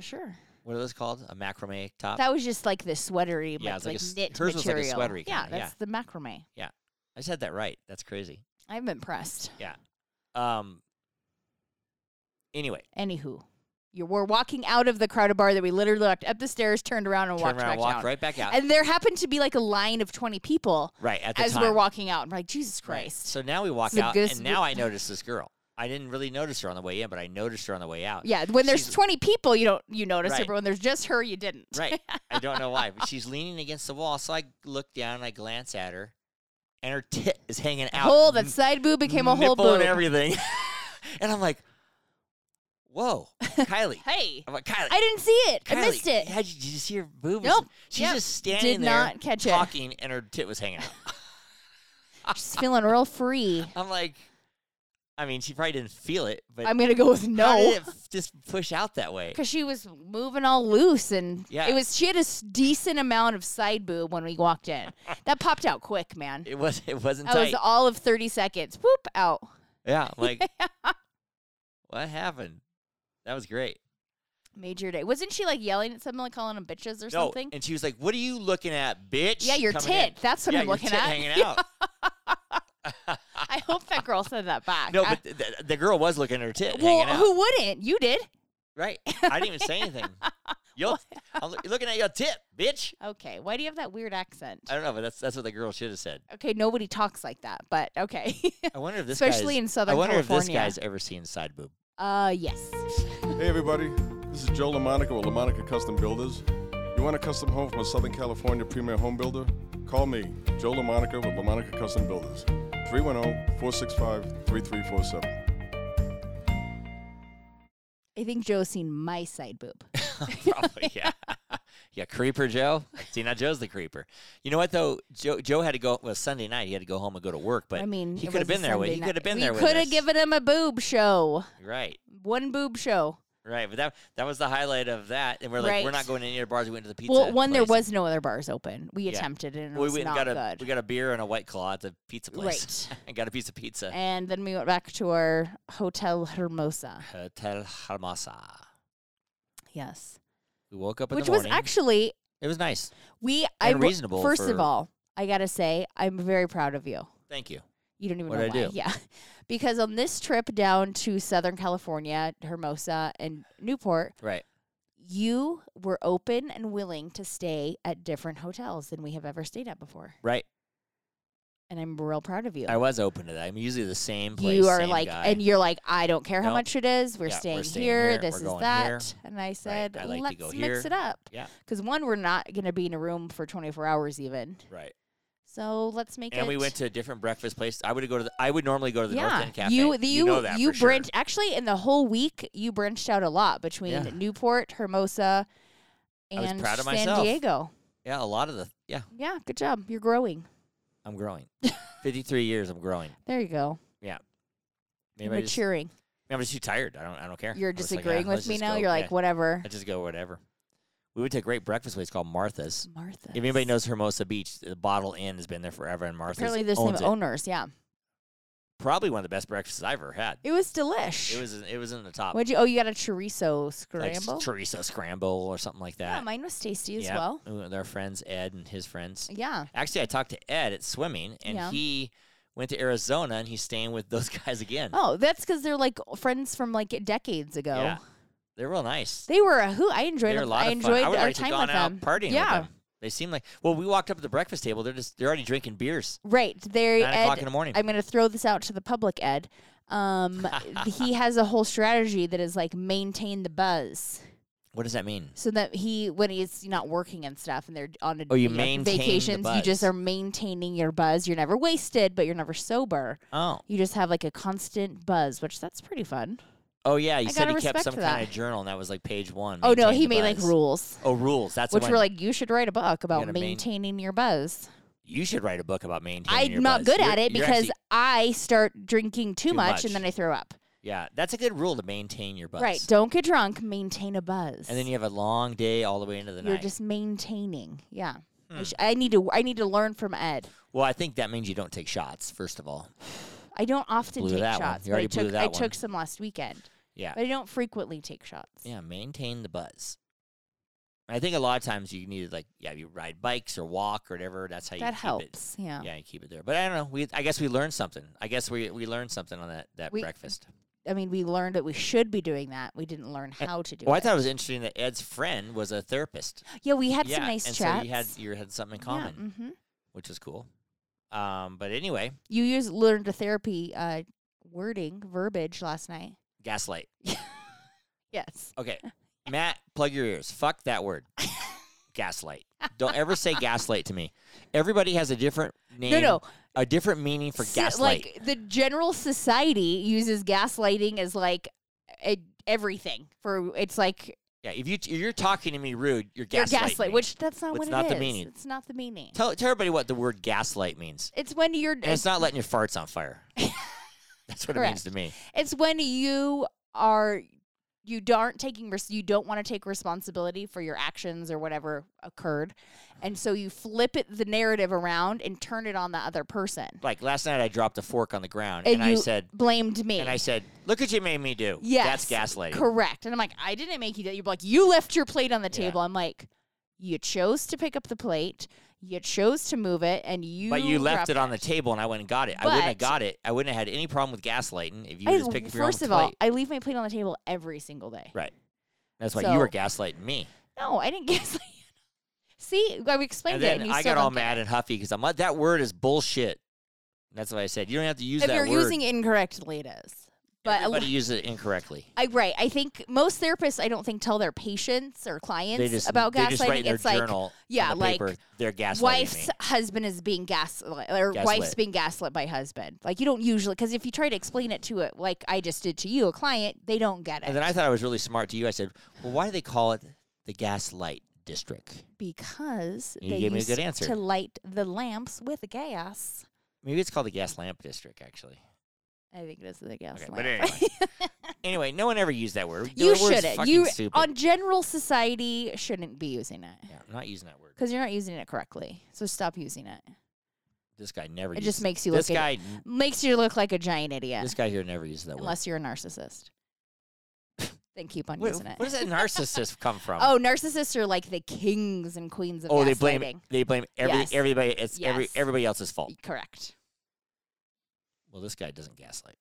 A: Sure.
B: What are those called? A macrame top?
A: That was just like the sweatery,
B: Yeah,
A: like,
B: it's like a
A: like
B: s-
A: knit
B: hers was like a
A: material.
B: sweatery
A: yeah,
B: kinda, yeah.
A: that's the macrame.
B: I said that right. That's crazy.
A: I'm impressed.
B: Um. Anyway,
A: Anywho, you were walking out of the crowded bar that we literally walked up the stairs, turned around, and
B: turn
A: walked
B: around,
A: back
B: walk
A: down.
B: right back out.
A: And there happened to be like a line of 20 people
B: right at the
A: as
B: time.
A: we're walking out. I'm like, Jesus
B: Right.
A: Christ.
B: So now we walk
A: So
B: out,
A: this
B: and
A: w-
B: now I notice this girl. I didn't really notice her on the way in, but I noticed her on the way out.
A: Yeah, when there's
B: She's-
A: 20 people, you don't you notice her,
B: Right.
A: but when there's just her, you didn't.
B: Right. I don't know why, but she's leaning against the wall. So I look down and I glance at her, and her tit is hanging out.
A: Whole
B: n-
A: that side boob became a whole
B: nipple
A: boob.
B: and everything. and I'm like, whoa, Kylie.
A: hey,
B: I'm like, Kylie.
A: I didn't see it.
B: Kylie,
A: I missed it.
B: How'd you, did you see her boobs?
A: Nope.
B: She's
A: Yep.
B: just standing
A: Did
B: there
A: not catch it.
B: talking, and her tit was hanging out.
A: She's feeling real free.
B: I'm like, I mean, she probably didn't feel it, but
A: I'm gonna go with
B: how
A: no,
B: did it f- just push out that way?
A: because she was moving all loose and
B: Yeah.
A: it was. She had a s- decent amount of side boob when we walked in. that popped out quick, man.
B: It was. It wasn't
A: That
B: tight.
A: was all of 30 seconds. Whoop out.
B: yeah. I'm like, what happened? That was great.
A: Made your day. Wasn't she like yelling at someone, like calling them bitches or
B: no,
A: something?
B: and she was like, "What are you looking at, bitch?"
A: yeah, your
B: Coming in.
A: tit. That's what
B: yeah,
A: I'm
B: your
A: looking
B: tit
A: at.
B: hanging out.
A: I hope that girl said that back.
B: No,
A: I-
B: but th- th- the girl was looking at her tit
A: well,
B: hanging out.
A: who wouldn't? You did.
B: Right. I didn't even say anything. Yo, I'm loo- looking at your tit, bitch.
A: Okay. Why do you have that weird accent?
B: I don't know, but that's that's what the girl should have said.
A: okay, nobody talks like that, but okay.
B: I wonder if this guy's-
A: Especially in Southern
B: I wonder if this
A: California.
B: guy's ever seen side boob.
A: uh, yes.
C: Hey everybody, this is Joe LaMonica with LaMonica Custom Builders. You want a custom home from a Southern California premier home builder? Call me, Joe LaMonica with LaMonica Custom Builders, 310-465-3347.
A: I think Joe's seen my side boob.
B: Probably, yeah. yeah, creeper Joe. See, now Joe's the creeper. You know what though? Joe Joe had to go well Sunday night. He had to go home and go to work, but
A: I mean,
B: he
A: it
B: could have
A: was a
B: been there with.
A: Sunday
B: He
A: night.
B: could have been
A: we
B: there.
A: could
B: with
A: have
B: us.
A: given him a boob show,
B: right,
A: one boob show.
B: right. But that that was the highlight of that, and we're like, we're
A: Right.
B: not going to any other bars. We went to the pizza.
A: well, one there
B: place.
A: was no other bars open. We
B: Yeah.
A: attempted it, and it
B: We
A: was
B: went and
A: not
B: got a
A: good.
B: we got a beer and a white claw at the pizza place, and got a piece of pizza.
A: and then we went back to our hotel Hermosa.
B: Hotel Hermosa.
A: Yes,
B: We woke up in
A: which
B: the
A: was
B: morning.
A: actually
B: it was nice.
A: we. I
B: And
A: w-
B: reasonable
A: First of
B: for-
A: all, I gotta say I'm very proud of you.
B: Thank you.
A: You don't even know
B: What'd
A: why.
B: I do?
A: Yeah, because on this trip down to Southern California, Hermosa and Newport,
B: Right.
A: you were open and willing to stay at different hotels than we have ever stayed at before.
B: Right.
A: And I'm real proud of you.
B: I was open to that. I'm usually the same place.
A: you are
B: same
A: like,
B: guy.
A: and you're like, I don't care how
B: Nope.
A: much it is. We're,
B: Yeah, we're
A: staying,
B: staying
A: here.
B: here.
A: This
B: We're
A: is
B: going
A: that.
B: here.
A: And I said,
B: I like to
A: let's
B: go
A: mix
B: here."
A: it up.
B: Yeah.
A: Because one, we're not going to be in a room for 24 hours even.
B: right.
A: So let's make it.
B: And we went to a different breakfast place. I would go to. The, I would normally go to the North
A: yeah,
B: End Cafe.
A: you the, you
B: know that
A: you
B: for sure.
A: branched actually in the whole week you branched out a lot between
B: Yeah.
A: Newport, Hermosa,
B: was
A: and
B: proud of
A: San
B: myself.
A: Diego.
B: Yeah, a lot of the. Yeah,
A: Yeah, good job. You're growing.
B: I'm growing. Fifty-three years, I'm growing.
A: There you go.
B: Maybe I just, maybe
A: maturing.
B: I'm just too tired. I don't. I don't care.
A: You're
B: I'm just like,
A: disagreeing
B: "Ah, let's
A: with me
B: just
A: now.
B: go."
A: You're like,
B: Yeah,
A: whatever.
B: I just go whatever. We went to a great breakfast place called Martha's.
A: Martha.
B: If anybody knows Hermosa Beach, the Bottle Inn has been there forever, and Martha's
A: apparently there's some
B: owns it.
A: owners. Yeah,
B: probably one of the best breakfasts I've ever had.
A: It was delish.
B: It was it was in the top
A: What'd you? Oh, you got a chorizo
B: like
A: scramble.
B: chorizo scramble or something like that.
A: yeah, mine was tasty as
B: Yep.
A: well.
B: Uh, Their friends Ed and his friends.
A: Yeah.
B: Actually, I talked to Ed at swimming, and
A: Yeah.
B: he went to Arizona, and he's staying with those guys again.
A: Oh, that's because they're like friends from like decades ago.
B: Yeah, they're real nice.
A: They were a hoot. I enjoyed.
B: They're a
A: them. I
B: lot of fun.
A: enjoyed
B: I would
A: our
B: like to
A: time
B: have gone
A: with
B: out
A: them.
B: partying
A: yeah.
B: with them. They seem like well, we walked up to the breakfast table. They're just they're already drinking beers.
A: Right. They
B: Nine o'clock
A: Ed-
B: in the morning.
A: I'm going to throw this out to the public, Ed. Um, he has a whole strategy that is like maintain the buzz,
B: What does that mean?
A: so that he when he's not working and stuff, and they're on a
B: Oh, you
A: know,
B: maintain the
A: vacations, you just
B: buzz.
A: are maintaining your buzz. You're never wasted, but you're never sober.
B: Oh,
A: You just have like a constant buzz, which that's pretty fun.
B: oh yeah. You
A: I
B: said
A: gotta
B: he kept
A: respect
B: some
A: that.
B: kind of journal, and that was like page one.
A: Oh no,
B: maintain
A: he
B: the
A: made like
B: buzz.
A: rules,
B: Oh, rules. That's
A: which
B: the
A: were
B: one.
A: like you should write a book about
B: gotta main-
A: maintaining your buzz.
B: you should write a book about maintaining. your
A: I'm not
B: buzz.
A: good
B: You're-
A: at it
B: you're
A: because
B: actually-
A: I start drinking too,
B: Too
A: much,
B: much.
A: and then I throw up.
B: yeah, that's a good rule to maintain your buzz.
A: Right. Don't get drunk. Maintain a buzz.
B: And then you have a long day all the way into the
A: are
B: night. Hmm.
A: just maintaining. Yeah. I, sh- I need to. I need to learn from Ed.
B: well, I think that means you don't take shots. First of all,
A: I don't often
B: Blew
A: take
B: that one.
A: shots,
B: You
A: but I
B: already blew
A: took
B: that
A: I
B: one.
A: took some last weekend.
B: yeah,
A: But I don't frequently take shots.
B: yeah, maintain the buzz. I think a lot of times you need to like yeah, you ride bikes or walk or whatever. That's how you
A: that
B: keep it.
A: helps. Yeah.
B: Yeah, you keep it there. But I don't know. We I guess we learned something. I guess we we learned something on that that
A: We-
B: breakfast.
A: I mean, we learned that we should be doing that. We didn't learn
B: Eh,
A: how to do
B: Well, I
A: it.
B: thought it was interesting that Ed's friend was a therapist.
A: yeah, we had
B: yeah,
A: some nice
B: and
A: chats.
B: so you had you had something in common,
A: Yeah, hmm
B: which was cool. Um, but anyway,
A: You used learned a therapy uh, wording verbiage last night.
B: gaslight.
A: Yes.
B: Okay, Matt, plug your ears. Fuck that word, gaslight. Don't ever say gaslight to me. Everybody has a different name.
A: No, no.
B: a different meaning for
A: So,
B: gaslight.
A: Like the general society uses gaslighting as like e- everything for it's like
B: yeah, if you if you're talking to me rude, you're
A: your
B: gaslighting.
A: gaslight,
B: me.
A: which that's not
B: That's
A: what it
B: not the
A: is.
B: meaning.
A: It's not the meaning.
B: tell tell everybody what the word gaslight means.
A: It's when you're
B: And it's not letting your farts on fire. That's what it means
A: Correct.
B: to me.
A: it's when you are you aren't taking res- you don't want to take responsibility for your actions or whatever occurred, and so you flip it the narrative around and turn it on the other person.
B: Like last night, I dropped a fork on the ground
A: And
B: and, I
A: you-
B: said,
A: Blamed me.
B: and I said, look what you made me do.
A: Yes,
B: that's gaslighting.
A: Correct. And I'm like, I didn't make you that. You're like, you left your plate on the
B: Yeah.
A: table. I'm like, you chose to pick up the plate. You chose to move it, and you.
B: But you left
A: dropped
B: it on the table, and I went and got it. I wouldn't
A: But-
B: have got it. I wouldn't have had any problem with gaslighting if you
A: I-
B: just picked up your own
A: first of all,
B: plate.
A: I leave my plate on the table every single day.
B: right. That's why you were
A: So-
B: gaslighting me.
A: No, I didn't guess. See, I explained
B: And
A: it.
B: then
A: and you
B: I
A: still
B: got all
A: don't get
B: mad and huffy because I'm like, that word is bullshit. That's what I said. You don't have to use
A: it. If
B: that
A: you're
B: word.
A: using it incorrectly, it is. But a lo-
B: Everybody uses it incorrectly.
A: I, right, I think most therapists, I don't think, tell their patients or clients
B: They just
A: about
B: they
A: gaslighting.
B: just write in their
A: it's like,
B: journal on
A: yeah,
B: the
A: like,
B: paper, they're gaslighting me.
A: wife's husband is being gaslit or
B: Gaslit.
A: wife's being gaslit by husband. Like you don't usually because if you try to explain it to it like I just did to you, a client, they don't get
B: And
A: it
B: then I thought I was really smart to you. I said, "Well, why do they call it the Gaslight District?
A: because
B: You
A: they
B: gave me a
A: used
B: good answer.
A: to light the lamps with gas.
B: Maybe it's called the Gas Lamp District, actually."
A: I think this is the gas lamp.
B: Okay, but anyway, anyway, no one ever used that word.
A: you
B: the word's
A: shouldn't.
B: fucking
A: You
B: stupid.
A: on general society shouldn't be using it
B: yeah, I'm not using that word.
A: because you're not using it correctly. So stop using it.
B: This guy never.
A: It
B: used
A: just makes you
B: this
A: look
B: guy.
A: makes you look like a giant idiot
B: This guy here never uses that
A: unless you're a narcissist. then keep on
B: word. Where,
A: using it.
B: where does that narcissist come from?
A: Oh, narcissists are like the kings and queens of
B: Oh,
A: gaslighting.
B: they blame they blame every,
A: Yes.
B: everybody. It's every
A: Yes.
B: everybody else's fault.
A: Correct.
B: Well, this guy doesn't gaslight.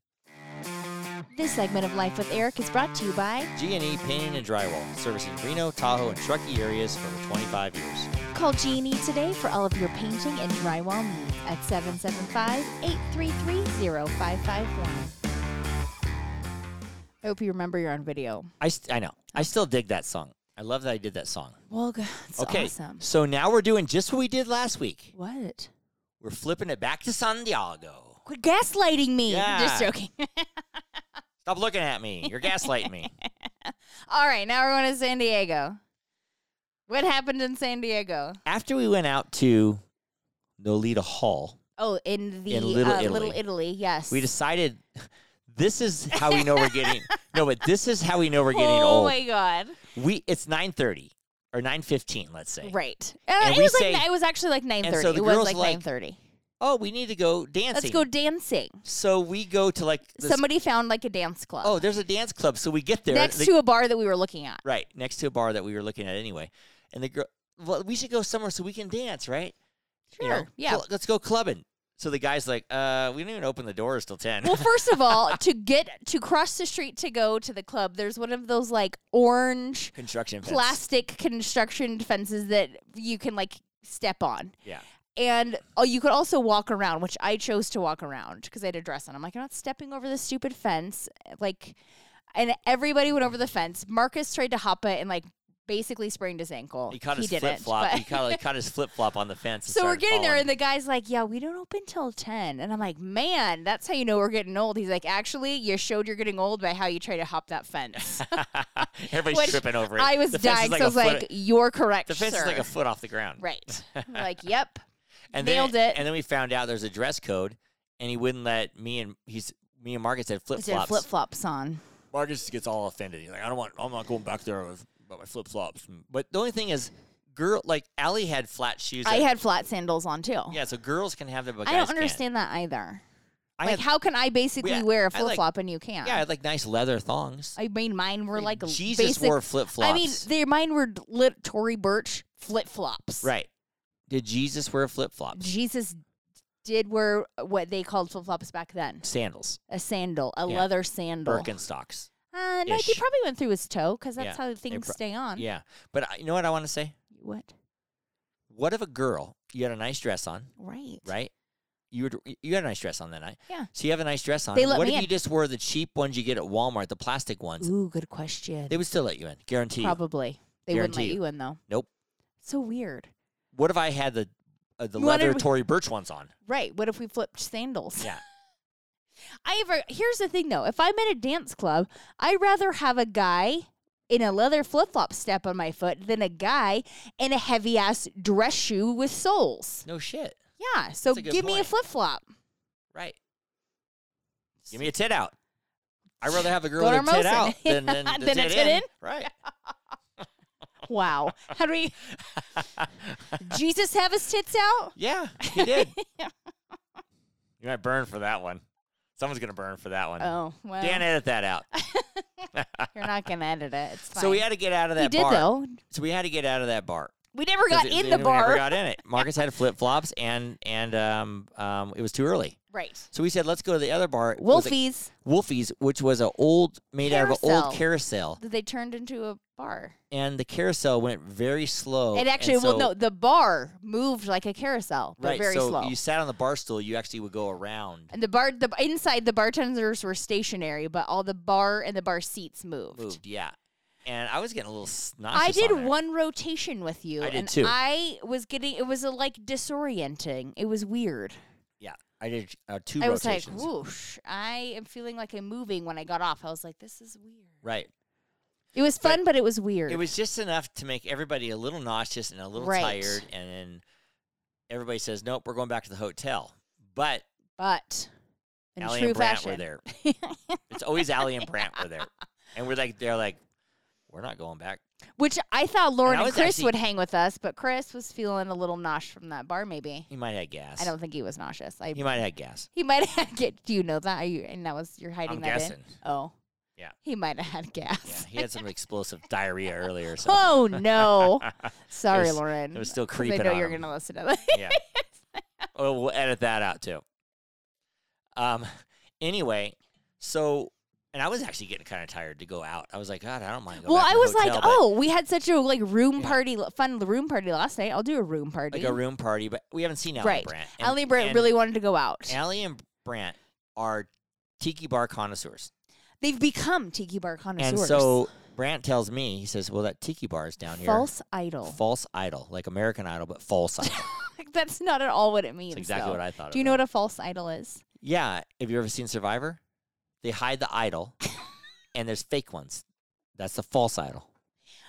A: This segment of Life with Eric is brought to you by
B: G&E Painting and Drywall, servicing Reno, Tahoe, and Truckee areas for over 25 years.
A: Call G&E today for all of your painting and drywall needs at 775-833-0551. I hope you remember you're on video.
B: I, st- I know. I still dig that song. I love that I did that song.
A: Well, g- it's
B: okay.
A: awesome.
B: So now we're doing just what we did last week.
A: What?
B: We're flipping it back to Santiago.
A: Quit gaslighting me. I'm Just
B: Yeah.
A: joking.
B: Stop looking at me. You're gaslighting me.
A: all right, now we're going to San Diego. What happened in San Diego?
B: After we went out to Nolita Hall,
A: Oh, in the
B: In Little
A: uh, Little
B: Italy.
A: Italy, yes.
B: we decided this is how we know we're getting no, but this is how we know we're getting
A: oh
B: old.
A: my god!
B: We it's 9:30 or 9:15, let's say.
A: Right. Uh,
B: And
A: it
B: we
A: was
B: say-
A: like it was actually like nine
B: and
A: thirty.
B: so the
A: it was
B: girls
A: like
B: like-
A: nine thirty.
B: oh, we need to go dancing.
A: Let's go dancing.
B: So we go to like this,
A: Somebody found like a dance club
B: Oh, there's a dance club. So we get there
A: next
B: the-
A: to a bar that we were looking at.
B: right next to a bar that we were looking at anyway, and the girl. Well, we should go somewhere so we can dance, right?
A: Sure.
B: You know,
A: yeah.
B: "Well, let's go clubbing. So the guy's like, uh, we didn't even open the doors till ten.
A: Well, first of all, to get to cross the street to go to the club, there's one of those like orange
B: Construction fence.
A: plastic construction fences that you can like step on.
B: Yeah.
A: And oh, you could also walk around, which I chose to walk around because I had a dress on. I'm like, I'm not stepping over this stupid fence. Like, and everybody went over the fence. Marcus tried to hop it and like basically sprained his ankle.
B: He caught his
A: didn't,
B: flip flop.
A: but-
B: He caught, like, caught his flip flop on the fence. and
A: so we're
B: started
A: getting there,
B: falling.
A: and the guy's like, "Yeah, we don't open till 10. And I'm like, "Man, that's how you know we're getting old." He's like, "Actually, you showed you're getting old by how you try to hop that fence."
B: Everybody's
A: Which
B: tripping over it.
A: I was
B: The fence is
A: dying,
B: like
A: so I
B: a
A: was
B: foot-
A: like, "You're correct,
B: the fence
A: sir."
B: is like a foot off the ground.
A: right? I'm like, "Yep."
B: And
A: Nailed
B: then,
A: it.
B: And then we found out there's a dress code, and he wouldn't let me and he's me and Marcus had flip
A: Is there
B: flops.
A: flip flops on?
B: Marcus gets all offended. He's like, I don't want. I'm not going back there with about my flip flops. But the only thing is, girl, like Allie had flat shoes.
A: I
B: that-
A: had flat sandals on too.
B: Yeah, so girls can have them, but
A: I
B: guys
A: don't
B: can't.
A: understand that either.
B: I
A: like,
B: had,
A: how can I basically
B: Yeah,
A: wear
B: I
A: a
B: like-
A: flip flop and you can't?
B: yeah, I had like nice leather thongs.
A: I mean, mine were like
B: Jesus
A: basic.
B: wore flip flops.
A: I mean, they, mine were lit Tory Burch flip flops.
B: right? Did Jesus wear flip flops?
A: Jesus did wear what they called flip flops back then
B: Sandals,
A: a sandal, a
B: Yeah.
A: leather sandal.
B: Birkenstocks.
A: Uh, no, he
B: ish.
A: probably went through his toe because that's
B: Yeah,
A: how things
B: pro-
A: stay on.
B: Yeah, but I, you know what I want to say?
A: What?
B: What if a girl? You had a nice dress on,
A: Right.
B: right? You were, you had a nice dress on that night.
A: Yeah.
B: So you have a nice dress on.
A: They let
B: what
A: me
B: if
A: in.
B: you just wore the cheap ones you get at Walmart, the plastic ones?
A: Ooh, good question.
B: They would still let you in, guarantee. you.
A: probably. They wouldn't let
B: Guarantee you.
A: you in though.
B: Nope.
A: So weird.
B: What if I had the uh, the
A: You wanted
B: leather
A: to-
B: Tory Birch ones on?
A: Right. What if we flipped sandals?
B: Yeah.
A: I ever here's the thing though. If I'm in a dance club, I'd rather have a guy in a leather flip flop step on my foot than a guy in a heavy ass dress shoe with soles.
B: No shit.
A: Yeah. So
B: That's a good
A: give me a
B: point.
A: flip flop.
B: Right. Give me a tit out. I'd rather have a girl
A: Go to
B: with a tit
A: Hermosa.
B: out than than, the
A: Than a
B: tit
A: tit in?
B: Right.
A: Wow. How do we Jesus have his tits out?
B: Yeah, he did. you might burn for that one. Someone's gonna burn for that one.
A: Oh well
B: Dan, edit that out.
A: you're not gonna edit it. It's fine.
B: So we had to get out of that
A: we did
B: bar.
A: though.
B: So we had to get out of that bar.
A: We never got
B: 'Cause it-
A: in
B: they
A: the
B: never
A: bar.
B: got in it. Marcus had flip flops, and and um, um, it was too early.
A: right.
B: So we said, let's go to the other bar. It was a-
A: Wolfies
B: Wolfie's, which was an old made out of an old
A: Carousel.
B: carousel,
A: that they turned into a bar.
B: and the carousel went very slow.
A: It actually,
B: Oh, and
A: well,
B: so-
A: no, the bar moved like a carousel, but
B: right.
A: very
B: so
A: slow.
B: you sat on the bar stool. You actually would go around,
A: and the bar, the inside, the bartenders were stationary, but all the bar and the bar seats moved.
B: moved, yeah. And I was getting a little snotty.
A: I did
B: on there.
A: one rotation with you,
B: I did
A: and
B: too.
A: I was getting it was a, like disorienting. It was weird.
B: Yeah, I did uh, two
A: I was like,
B: rotations.
A: "Whoosh!" I am feeling like I'm moving when I got off. I was like, "This is weird."
B: right.
A: It was fun, but it was weird.
B: It was just enough to make everybody a little nauseous and a little
A: Right.
B: tired, and then everybody says, "Nope, we're going back to the hotel." But
A: but in
B: Allie
A: true
B: and Brant
A: fashion,
B: were there. It's always Allie and Brant were there, and we're like, they're like, "We're not going back."
A: Which I thought Lauren
B: I
A: and,
B: was
A: Chris
B: actually-
A: would hang with us, but Chris was feeling a little nosh from that bar. Maybe
B: He might have gas.
A: I don't think he was nauseous. I
B: He might have had gas.
A: he might have get. Do you know that? Are you and that was you're hiding
B: I'm
A: that
B: guessing.
A: in? Oh,
B: Yeah.
A: He might have had gas.
B: Yeah, he had some explosive diarrhea earlier. So
A: Oh no! Sorry,
B: was-
A: Lauren.
B: it was still
A: 'cause
B: creeping
A: I know
B: on
A: you're
B: him.
A: gonna listen to that.
B: yeah. Oh, we'll edit that out too. Um. Anyway, so and I was actually getting kind of tired to go out. I was like, God, I don't mind. Going
A: well,
B: back
A: I
B: to the
A: was like,
B: hotel, but
A: oh, we had such a like room
B: Yeah.
A: party, fun room party last night. I'll do a room party.
B: like a room party, but we haven't seen Allie
A: right?
B: and Brant. And-
A: Allie and Brant
B: and
A: really wanted to go out.
B: Allie and Brant are tiki bar connoisseurs,
A: They've become tiki bar connoisseurs.
B: and so Brant tells me, he says, "Well, that tiki bar is down here."
A: false idol.
B: False idol, like American Idol, but false idol.
A: Like, that's not at all what it means.
B: That's exactly
A: though.
B: what I thought.
A: Do you
B: it
A: know
B: meant.
A: what a false idol is?
B: Yeah. Have you ever seen Survivor? They hide the idol, and there's fake ones. That's the false idol.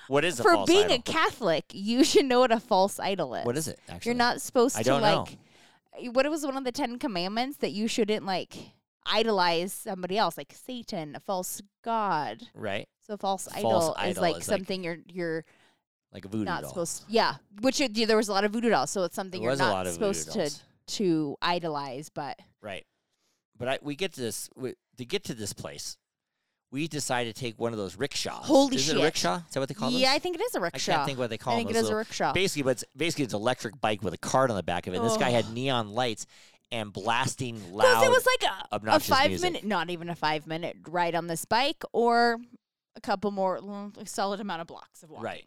B: What is a
A: For
B: false
A: being
B: idol?
A: a Catholic, you should know what a false idol is.
B: what is it? Actually,
A: You're not supposed
B: I
A: to
B: don't know.
A: like. What was one of the Ten Commandments that you shouldn't like idolize somebody else, like Satan, a false god.
B: right.
A: So false,
B: False
A: idol, is
B: idol
A: like
B: is, like,
A: something you're you're
B: Like a voodoo
A: not
B: doll.
A: supposed. Yeah, which it, there was a lot of voodoo dolls, so it's
B: There
A: something
B: was
A: you're
B: a
A: not
B: lot of voodoo
A: supposed to
B: dolls.
A: to idolize, but
B: Right. But I, we get to this we, to get to this place. We decided to take one of those rickshaws.
A: Holy
B: is It a
A: shit.
B: rickshaw? Is that what they call
A: yeah, I
B: those?
A: think it is a rickshaw.
B: I can't think what they call
A: I think
B: them.
A: it
B: those
A: is a
B: little-
A: rickshaw.
B: Basically, but it's basically it's an electric bike with a card on the back of it. And This guy had neon lights and blasting loud.
A: Because it was like a, a
B: obnoxious
A: five
B: music.
A: minute, not even a five minute ride on this bike, or a couple more mm, a solid amount of blocks of walking.
B: right.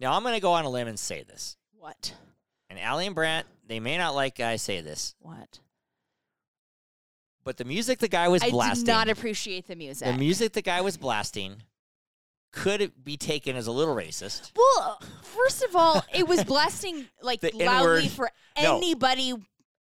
B: Now I'm going to go on a limb and say this.
A: What?
B: And Allie and Brant, they may not like I say this,
A: What?
B: but the music the guy was
A: I
B: blasting.
A: did not appreciate the music.
B: the music the guy was blasting could be taken as a little racist.
A: well, first of all, it was blasting like
B: The
A: loudly
B: N-word.
A: for
B: No.
A: anybody.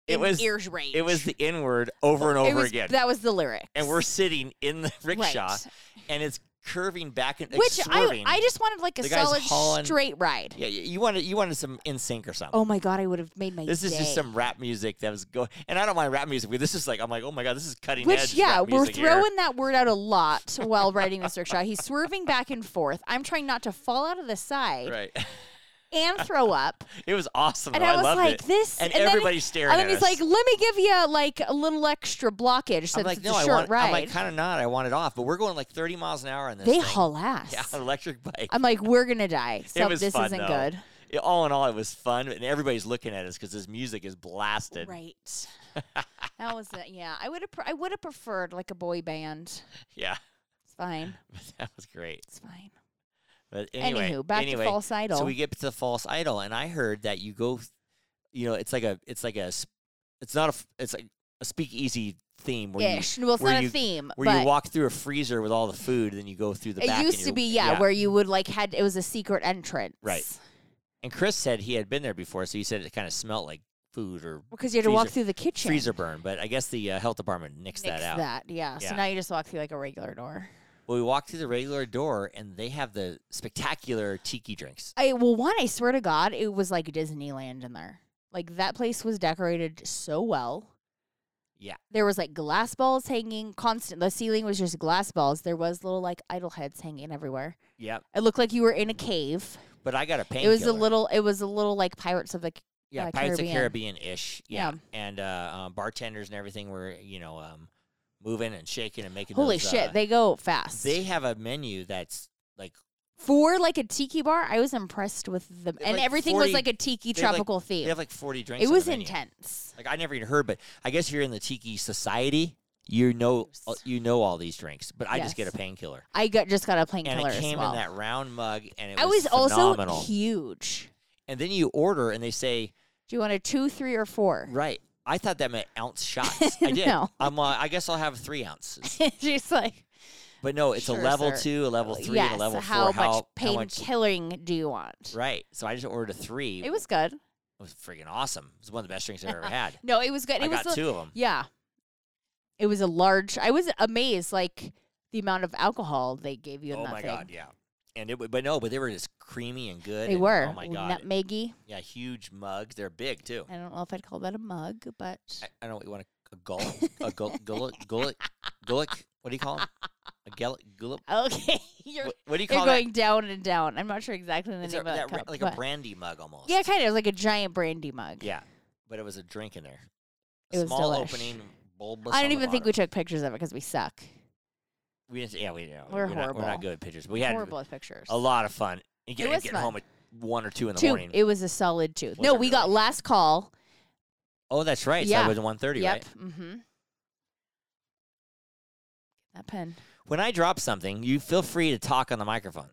B: It
A: in
B: was-
A: ears range.
B: It was the N word over and
A: It
B: over
A: was-
B: again.
A: That was the lyrics.
B: and we're sitting in the rickshaw
A: Right.
B: and it's curving back and like,
A: Which I,
B: swerving.
A: I just wanted like a
B: The guy's
A: solid
B: hauling-
A: straight ride.
B: yeah, you you wanted you wanted some in sync or something.
A: Oh my god, I would have made my
B: this is
A: day.
B: just some rap music that was going, and I don't mind rap music. But this is like I'm like, oh my god, this is cutting
A: Which
B: edge.
A: yeah,
B: rap
A: we're
B: music here.
A: throwing that word out a lot while riding this rickshaw. He's swerving back and forth. I'm trying not to fall out of the side
B: right.
A: and throw up.
B: It was awesome.
A: And
B: though.
A: I was
B: Oh, loved
A: like,
B: it.
A: this-
B: and,
A: and then he-
B: everybody's staring.
A: and then
B: at
A: he's
B: us.
A: like, "Let me give you like a little extra blockage since
B: I'm like,
A: it's
B: no,
A: a
B: I
A: short
B: want.
A: ride."
B: I'm like, kind of not. I want it off. But we're going like 30 miles an hour on this.
A: they
B: thing.
A: haul ass.
B: Yeah, on an electric bike.
A: I'm like, we're gonna die. So
B: it was
A: this
B: fun,
A: isn't
B: though.
A: good.
B: It- all in all, it was fun, and everybody's looking at us because this music is blasted.
A: Right. that was it. Yeah, I would have. Pre- I would have preferred like a boy band.
B: Yeah,
A: It's fine.
B: that was great.
A: It's fine.
B: But anyway,
A: Anywho, back
B: anyway,
A: to false idol.
B: So we get to the false idol, and I heard that you go, th- you know, it's like a, it's like a, s- it's not a, f- it's like a speakeasy theme where
A: Ish. Well, it's
B: where
A: not
B: you-
A: a theme,
B: you, where
A: but
B: you walk through a freezer with all the food, and then you go through the. back
A: it
B: and
A: used to
B: you-
A: be yeah, where you would like had it was a secret entrance,
B: Right. and Chris said he had been there before, so he said it kind of smelled like food or
A: Because you had to walk
B: Freezer-
A: through the kitchen.
B: freezer burn, but I guess the uh, health department nixed
A: Nix
B: that out.
A: yeah.
B: Yeah.
A: So now you just walk through like a regular door.
B: Well, we walk through the regular door, and they have the spectacular tiki drinks.
A: I well, one I swear to God, it was like Disneyland in there. Like that place was decorated so well.
B: Yeah.
A: There was like glass balls hanging constant. The ceiling was just glass balls. There was little like idol heads hanging everywhere.
B: Yep.
A: It looked like you were in a cave.
B: But I got a pain.
A: It was a little. It was a little like Pirates of the.
B: yeah,
A: uh,
B: Pirates of
A: Caribbean.
B: Caribbean ish. Yeah.
A: Yeah.
B: And uh, um, bartenders and everything were you know um, moving and shaking and making.
A: Holy
B: those,
A: shit!
B: uh,
A: they go fast.
B: they have a menu that's like
A: for like a tiki bar, I was impressed with them,
B: They have,
A: and
B: like,
A: everything
B: 40
A: was like a tiki
B: they have, like-
A: tropical
B: they
A: theme.
B: have like forty drinks.
A: it
B: on the
A: was
B: menu.
A: intense.
B: Like I never even heard, but I guess if you're in the tiki society, you know uh,
A: Gross.
B: you know all these drinks. But I just get a
A: Yes.
B: painkiller,
A: I got just got a plain
B: and
A: color
B: it came
A: as well.
B: in that round mug, and it
A: I was
B: phenomenal.
A: also huge.
B: and then you order, and they say.
A: Do you want a two, three, or four?
B: Right. I thought that meant ounce shots. I did.
A: No.
B: I'm. Uh, I guess I'll have three ounces.
A: She's like,
B: But no, it's a
A: Sure,
B: level
A: sir.
B: two, a level three,
A: yes.
B: and a level
A: how
B: four.
A: much
B: how, how
A: pain
B: much-
A: killing do you want?
B: Right. So I just ordered a three.
A: It was good.
B: It was freaking awesome. It was one of the best drinks I've ever had.
A: No, it was good.
B: I
A: it was
B: got
A: a-
B: two of them.
A: Yeah, it was a large. I was amazed, like the amount of alcohol they gave you in
B: Oh
A: that
B: my
A: thing.
B: god, yeah. And it, w- but no, but they were just creamy and good.
A: They
B: and-
A: were
B: Oh my god.
A: nutmeggy.
B: yeah, huge mugs. They're big too.
A: I don't know if I'd call that a mug, but
B: I, I don't know what you want a, a gullet, a gullet, gullet, gullet, gullet. What do you call them? A gullet, gullet.
A: okay, you're
B: What, what do you
A: you're
B: call that?
A: going down and down. I'm not sure exactly the
B: It's
A: name
B: a,
A: of that
B: that ra-
A: cup,
B: like
A: but-
B: a brandy mug almost.
A: yeah, kind of like a giant brandy mug.
B: Yeah, but it was a drink in there.
A: It
B: A
A: was
B: small
A: delish.
B: opening, bulbous.
A: I
B: on
A: don't
B: the
A: even think we
B: bottom.
A: took pictures of it because we suck.
B: we. didn't, yeah, we. Yeah,
A: We're
B: we're, not, we're
A: horrible.
B: not good at pictures. But we had
A: Horrible with pictures.
B: a lot of fun. You get,
A: was
B: get
A: fun.
B: home at one or two in the
A: two.
B: morning.
A: It was a solid two.
B: Was
A: no,
B: it
A: we got
B: really?
A: last call.
B: oh, that's right. So
A: Yeah.
B: that was one thirty,
A: yep.
B: right?
A: Mm-hmm. That pen.
B: When I drop something, you feel free to talk on the microphone.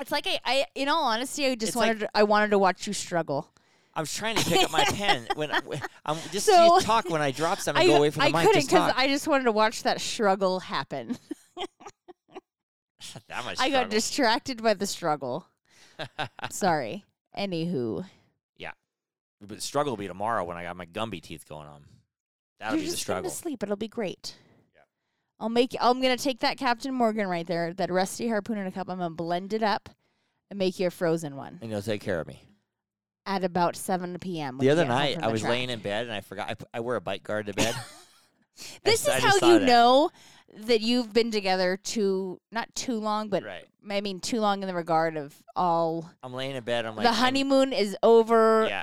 A: It's like I, I in all honesty, I just
B: It's like-
A: wanted to, I wanted to watch you struggle.
B: I was trying to pick up my pen when I, when- I'm just
A: So-
B: you talk when I drop something.
A: I,
B: go away from the
A: I
B: mic.
A: couldn't
B: just talk.
A: I just wanted to watch that struggle happen.
B: that much
A: I got
B: struggle.
A: distracted by the struggle. Sorry. Anywho,
B: But struggle will be tomorrow when I got my Gumby teeth going on. That'll
A: you're
B: be the
A: just going to
B: struggle.
A: sleep. It'll be great.
B: Yeah.
A: I'll make. I'm gonna take that Captain Morgan right there, that rusty harpoon in a cup. I'm gonna blend it up and make you a frozen one
B: And you'll take care of me.
A: at about 7 p.m. when
B: The
A: you
B: other
A: get home
B: night,
A: from
B: I
A: the
B: was
A: track.
B: laying in bed and I forgot. I, p- I wear a bike guard to bed. I
A: This
B: s- I
A: is
B: just
A: how
B: saw
A: you
B: that.
A: know that you've been together too not too long, but
B: Right.
A: I mean too long in the regard of all
B: I'm laying in bed. I'm like
A: the
B: I'm-
A: honeymoon is over.
B: Yeah.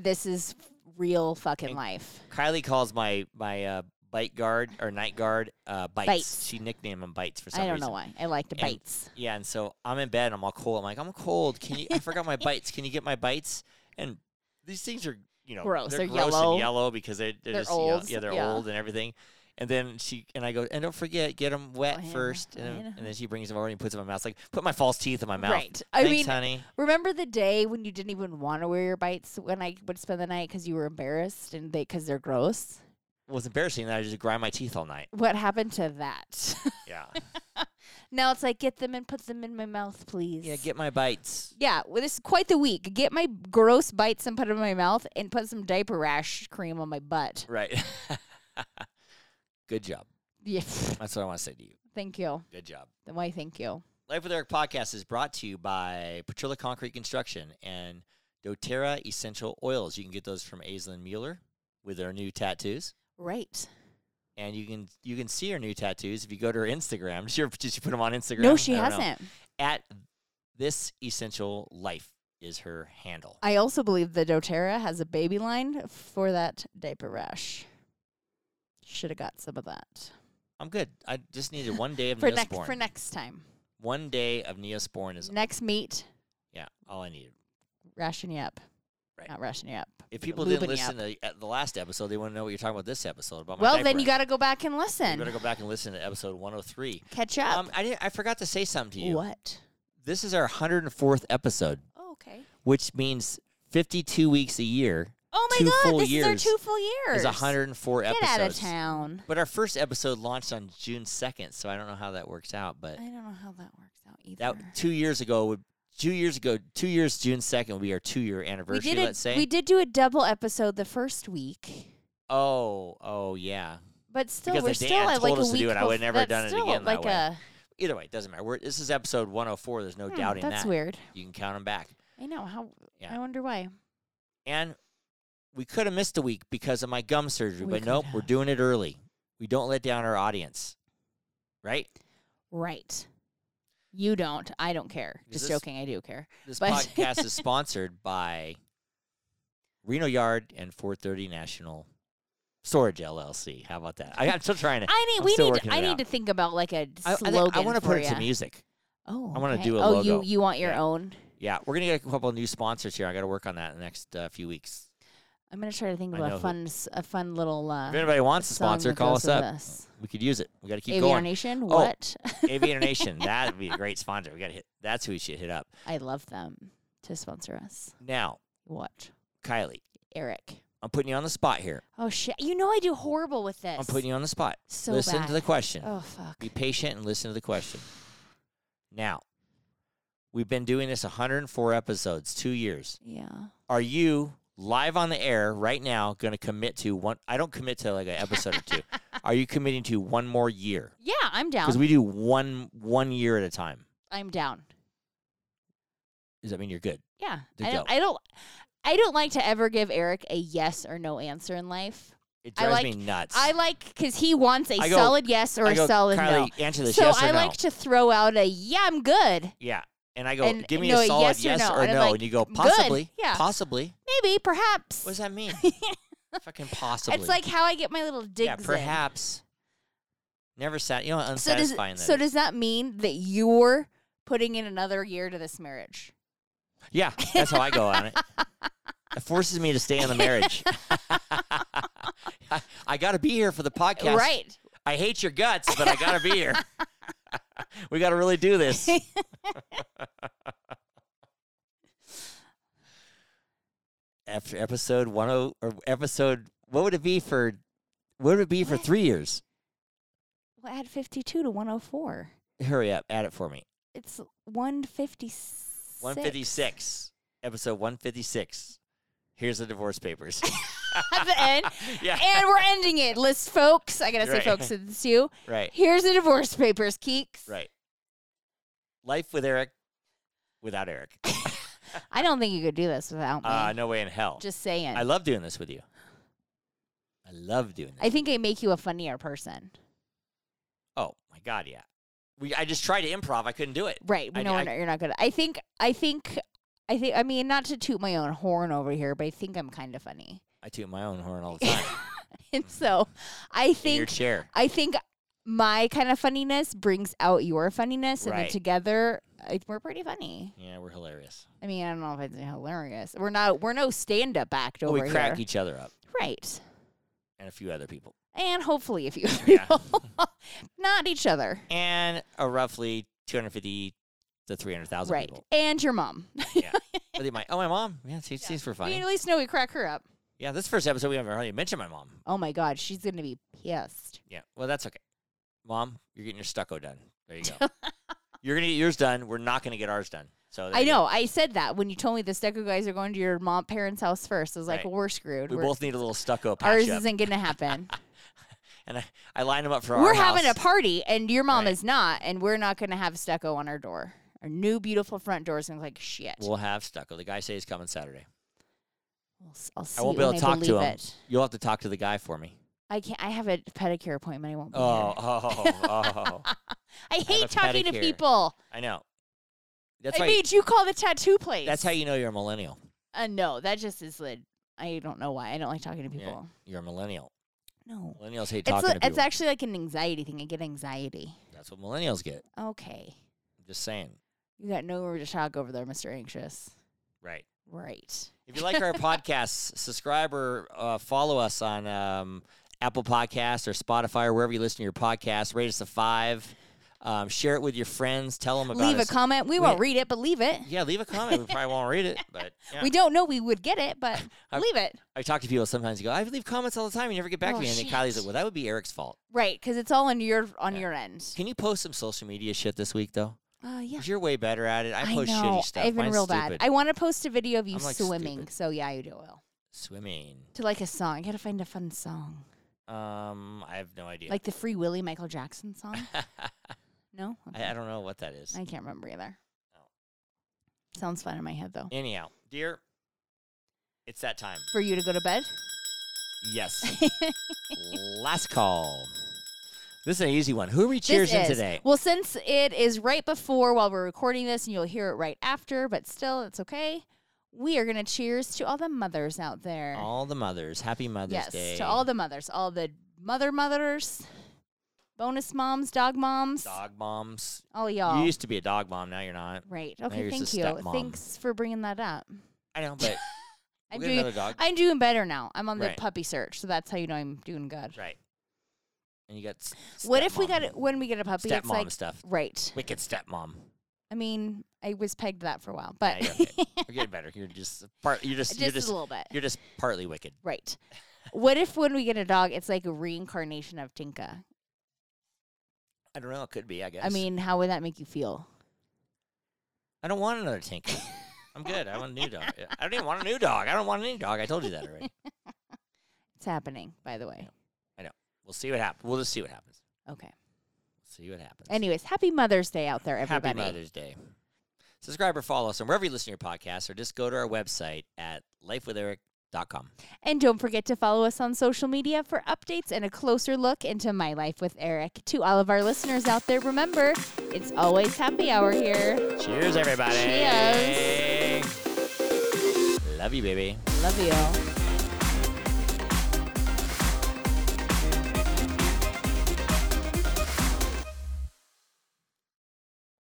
A: This is real fucking
B: And
A: life.
B: Kylie calls my my uh, bite guard or night guard uh, bites.
A: Bites.
B: She nicknamed him bites for some
A: I don't
B: reason.
A: know why. I like the
B: And-
A: bites.
B: Yeah, and so I'm in bed and I'm all cold. I'm like, I'm cold. Can you? I forgot my bites. Can you get my bites? And these things are, you know,
A: Gross.
B: They're,
A: They're
B: gross
A: yellow.
B: and yellow because they, they're,
A: They're
B: just, you know,
A: old.
B: yeah, they're
A: Yeah.
B: old and everything. And then she and I go, and don't forget, get them wet
A: Wet,
B: first. And,
A: wet.
B: then- and then she brings them over and puts them in my mouth. It's like, put my false teeth in my mouth.
A: Right. I
B: Thanks,
A: mean,
B: honey.
A: Remember the day when you didn't even want to wear your bites when I would spend the night because you were embarrassed and they because they're gross.
B: It was embarrassing that I just grind my teeth all night.
A: What happened to that?
B: Yeah.
A: now it's like get them and put them in my mouth, please.
B: yeah, get my bites.
A: Yeah, well, this is quite the week. Get my gross bites and put them in my mouth, and put some diaper rash cream on my butt.
B: Right. Good job.
A: Yeah,
B: That's what I want to say to you.
A: thank you.
B: Good job.
A: Why, thank you.
B: Life with Eric podcast is brought to you by Petrilla Concrete Construction and doTERRA Essential Oils. You can get those from Aislinn Mueller with her new tattoos.
A: Right?
B: And you can you can see her new tattoos if you go to her Instagram. Did she, did she put them on Instagram?
A: No, she
B: I don't know.
A: hasn't.
B: At this essential life is her handle.
A: I also believe that DoTerra has a baby line for that diaper rash. Should have got some of that
B: I'm good. I just needed one day of
A: for next
B: Neosporin.
A: for next time.
B: one day of Neosporin is
A: Next meet,
B: yeah all I needed.
A: ration you up.
B: Right.
A: Not ration you up.
B: If people didn't
A: lubing you up.
B: listen to uh, the last episode, they wouldn't know what you're talking about this episode about. My
A: well,
B: diaper
A: then you got
B: rash.
A: to go back and
B: You better
A: listen.
B: go back and listen to episode 103.
A: Catch up.
B: Um, I didn't. I forgot to say something to you.
A: what?
B: This is our 104th episode,
A: Oh, okay.
B: which means 52 weeks a year
A: Oh my
B: Two full
A: God! This is our
B: years
A: two full years.
B: is 104
A: Get
B: episodes.
A: out of town.
B: But our first episode launched on June 2nd, so I don't know how that works out.
A: I
B: But
A: don't know how that works out either.
B: that two years ago would. Two years ago, two years June second would be our two year
A: we
B: anniversary.
A: did a,
B: let's say.
A: we did do a double episode the first week,
B: oh, oh yeah.
A: but still
B: Because
A: we're
B: the
A: still
B: Dan
A: at like
B: told
A: a
B: us to
A: week.
B: do it, I would
A: bef-
B: never
A: that's
B: done it
A: still
B: again that
A: Like
B: way.
A: a
B: Either way, it doesn't matter. We're, this is episode 104. There's no
A: hmm,
B: doubting
A: that's
B: that.
A: weird.
B: You can count them back.
A: I know how.
B: Yeah.
A: I wonder why.
B: And we could have missed a week because of my gum surgery,
A: We
B: but
A: could
B: nope, we're
A: have.
B: doing it early. We don't let down our audience, right?
A: Right. You don't. I don't care.
B: Is
A: Just
B: this-
A: joking. I do care.
B: This
A: But-
B: podcast is sponsored by Reno Yard and 430 National Storage LLC. How about that? I, I'm still trying to.
A: I need.
B: I'm
A: we
B: still
A: need.
B: working
A: To, I
B: it
A: need
B: out.
A: to think about like a
B: I, I,
A: slogan
B: think I wanna
A: for
B: put it
A: ya.
B: to music.
A: Oh,
B: I wanna
A: okay.
B: do a
A: Oh, you
B: logo.
A: you want your
B: Yeah.
A: own?
B: Yeah, we're gonna get a couple of new sponsors here. I got to work on that in the next uh, few weeks.
A: I'm gonna try to think
B: I
A: of
B: know
A: a
B: who-
A: fun s- a fun little uh,
B: If anybody wants a
A: song
B: sponsor,
A: that
B: call
A: goes
B: us
A: with
B: up.
A: us.
B: We could use it. We got to keep
A: Aviar
B: going.
A: Nation.
B: Oh.
A: What?
B: Aviator Nation, that'd be a great sponsor. We got to hit. That's who we should hit up.
A: I love them to sponsor us.
B: Now,
A: What?
B: Kylie,
A: Eric.
B: I'm putting you on the spot here.
A: Oh shit! You know I do horrible with this.
B: I'm putting you on the spot.
A: so
B: listen
A: bad.
B: to the question.
A: Oh fuck!
B: Be patient and listen to the question. Now, we've been doing this 104 episodes, two years.
A: Yeah.
B: Are you live on the air right now going to commit to one? I don't commit to like an episode or two. Are you committing to one more year?
A: Yeah, I'm
B: Because
A: down.
B: we do one one year at a time.
A: I'm down.
B: Does that mean you're good?
A: Yeah.
B: To
A: I don't,
B: go.
A: I don't. I don't like to ever give Eric a yes or no answer in life.
B: It
A: I
B: drives
A: like-
B: me nuts.
A: I like because he wants a
B: I go-
A: solid yes or
B: I
A: a
B: go,
A: solid
B: Kylie, answer
A: no.
B: this
A: So
B: yes or
A: I
B: no.
A: like to throw out a yeah, I'm good.
B: Yeah. And I go,
A: And
B: give me
A: no,
B: a
A: a
B: solid yes
A: yes or no.
B: or
A: And I'm
B: no.
A: like,
B: and you go,
A: "Good."
B: possibly.
A: Yeah.
B: Possibly.
A: Maybe, perhaps.
B: What does that mean? Fucking possibly.
A: it's like how I get my little digs.
B: yeah,
A: in.
B: perhaps. Never sat. You know, how
A: So does
B: unsatisfying that
A: so
B: is.
A: does that mean that you're putting in another year to this marriage?
B: Yeah, that's how I go on it. It forces me to stay in the marriage. I, got to be here for the podcast.
A: Right.
B: I hate your guts, but I got to be here. we got to really do this. After episode 10 or episode what would it be for what would it be for
A: What?
B: 3 years?
A: Well, add 52 to 104.
B: Hurry up, add it for me.
A: It's 156.
B: 156. Episode 156. Here's the divorce papers.
A: At the end.
B: yeah.
A: And we're ending it. List folks. I gotta say
B: Right.
A: folks, it's you.
B: Right.
A: Here's the divorce papers, Keeks.
B: Right. Life with Eric without Eric.
A: I don't think you could do this without me.
B: Uh, no way in hell.
A: Just saying.
B: I love doing this with you. I love doing this.
A: I think I make you a funnier person.
B: oh my god, yeah. We I just tried to improv. I couldn't do it.
A: Right. We
B: I-
A: know
B: I-
A: we're not- you're not good. I think I think I think I mean not to toot my own horn over here, but I think I'm kind of funny.
B: I toot my own horn all the time.
A: and so I
B: in your
A: think
B: chair.
A: I think my kind of funniness brings out your funniness, and
B: Right.
A: then together I, we're pretty funny.
B: Yeah, we're hilarious.
A: I mean, I don't know if it's hilarious. We're not. We're no stand-up act
B: Well,
A: over
B: we crack
A: here,
B: each other up
A: right?
B: and a few other people.
A: And hopefully, if you
B: Yeah.
A: not each other,
B: And uh, roughly 250 to 300,000
A: right?
B: people. My
A: And your mom.
B: But they might, oh, my mom. Yeah, she, she's for
A: You
B: funny.
A: at least know we crack her up.
B: Yeah, this first episode we haven't really mentioned my mom.
A: Oh my god, she's gonna be pissed.
B: Yeah, well, that's okay. Mom, you're getting your stucco done. There you go. you're going to get yours done. We're not going to get ours done. So there
A: I
B: you go.
A: know. I said that when you told me the stucco guys are going to your mom parents' house first. I was like,
B: Right.
A: well, we're screwed.
B: We
A: We're-
B: both need a little stucco patch
A: ours
B: up.
A: isn't gonna happen.
B: and I, I lined them up for
A: we're
B: our
A: having
B: house.
A: a party, and your mom
B: Right.
A: is not, and we're not gonna have stucco on our door. Our new beautiful front door is gonna look like shit.
B: We'll have stucco. The guy says he's coming Saturday.
A: I'll s- I'll see
B: I won't be
A: it
B: able
A: when
B: to talk to
A: believe
B: him.
A: It.
B: You'll have to talk to the guy for me.
A: I can't. I have a pedicure appointment. I won't be
B: Oh,
A: here.
B: oh, oh.
A: I hate
B: a
A: talking to
B: pedicure.
A: people.
B: I know. That's
A: I
B: why.
A: mean, you call the tattoo place.
B: that's how you know you're a millennial.
A: Uh, no, that just is. Like, I don't know why. I don't like talking to
B: Yeah.
A: people.
B: You're a millennial.
A: No.
B: Millennials hate
A: It's,
B: talking
A: a,
B: to
A: it's
B: people.
A: actually like an anxiety thing. I get anxiety.
B: That's what millennials get.
A: Okay.
B: Just saying.
A: You got nowhere to talk over there, Mr. Anxious.
B: Right.
A: Right.
B: If you like our podcasts, subscribe or uh, follow us on um, Apple Podcasts or Spotify or wherever you listen to your podcast. Rate us a five. Um, share it with your friends. Tell them about
A: Leave a
B: us.
A: comment. We
B: We-
A: won't read it, but leave it.
B: yeah, leave a comment. We probably won't read it, but yeah.
A: We don't know we would get it, but
B: I-
A: leave it.
B: I talk to people sometimes. You go, I leave comments all the time. You never get back
A: Oh,
B: to me. And then
A: shit.
B: Kylie's like, Well, that would be Eric's fault.
A: Right, because it's all on your on
B: Yeah.
A: your end.
B: Can you post some social media shit this week though?
A: Uh, yeah.
B: 'Cause You're way better at it. I,
A: I
B: post
A: know.
B: shitty stuff.
A: I've been
B: Mine's
A: real
B: stupid.
A: bad. I want to post a video of you
B: I'm, like,
A: swimming.
B: stupid.
A: So yeah, you do well.
B: Swimming.
A: To like a song. I gotta find a fun song.
B: Um, I have no idea.
A: Like the Free Willy Michael Jackson song.
B: I,
A: no? Okay.
B: I don't know what that is.
A: I can't remember either.
B: Oh.
A: Sounds fun in my head though.
B: Anyhow, dear, it's that time.
A: For you to go to bed?
B: Yes. Last call. This is an easy one. Who are we cheers in
A: is.
B: today?
A: Well, since it is right before while we're recording this, and you'll hear it right after, but still, it's okay. We are gonna cheers to all the mothers out there.
B: All the mothers. Happy Mother's
A: yes,
B: Day.
A: to all the mothers, all the mother mothers, bonus moms, dog moms,
B: dog moms.
A: all y'all.
B: You used to be a dog mom. Now you're not.
A: right?
B: you're
A: Okay,
B: just
A: thank
B: a
A: you.
B: stepmom.
A: Thanks for bringing that up.
B: I know, but
A: I'm
B: we'll get
A: doing.
B: another dog.
A: I'm doing better now. I'm on the
B: Right.
A: puppy search, so that's how you know I'm doing good.
B: right. And you got. s-
A: What if we
B: stepmom-
A: got it when we get a puppy?
B: stepmom
A: It's like
B: stuff?
A: right.
B: Wicked stepmom.
A: I mean, I was pegged to that for a while,
B: Yeah,
A: but
B: you're okay. You're getting better. You're just part. You're just.
A: just,
B: you're just.
A: a little bit.
B: You're just partly wicked.
A: Right. What if when we get a dog, it's like a reincarnation of Tinka?
B: I don't know. It could be. I guess.
A: I mean, how would that make you feel?
B: I don't want another Tinker. I'm good. I want a new dog. I don't even want a new dog. I don't want any dog. I told you that already.
A: It's happening, by the way.
B: We'll see what happens. We'll just see what happens.
A: Okay.
B: See what happens.
A: Anyways, happy Mother's Day out there, everybody.
B: Happy Mother's Day. Subscribe or follow us on wherever you listen to your podcast, or just go to our website at lifewitheric.com.
A: And don't forget to follow us on social media for updates and a closer look into my life with Eric. To all of our listeners out there, remember, it's always happy hour here.
B: Cheers, everybody.
A: Cheers.
B: Love you, baby.
A: Love you.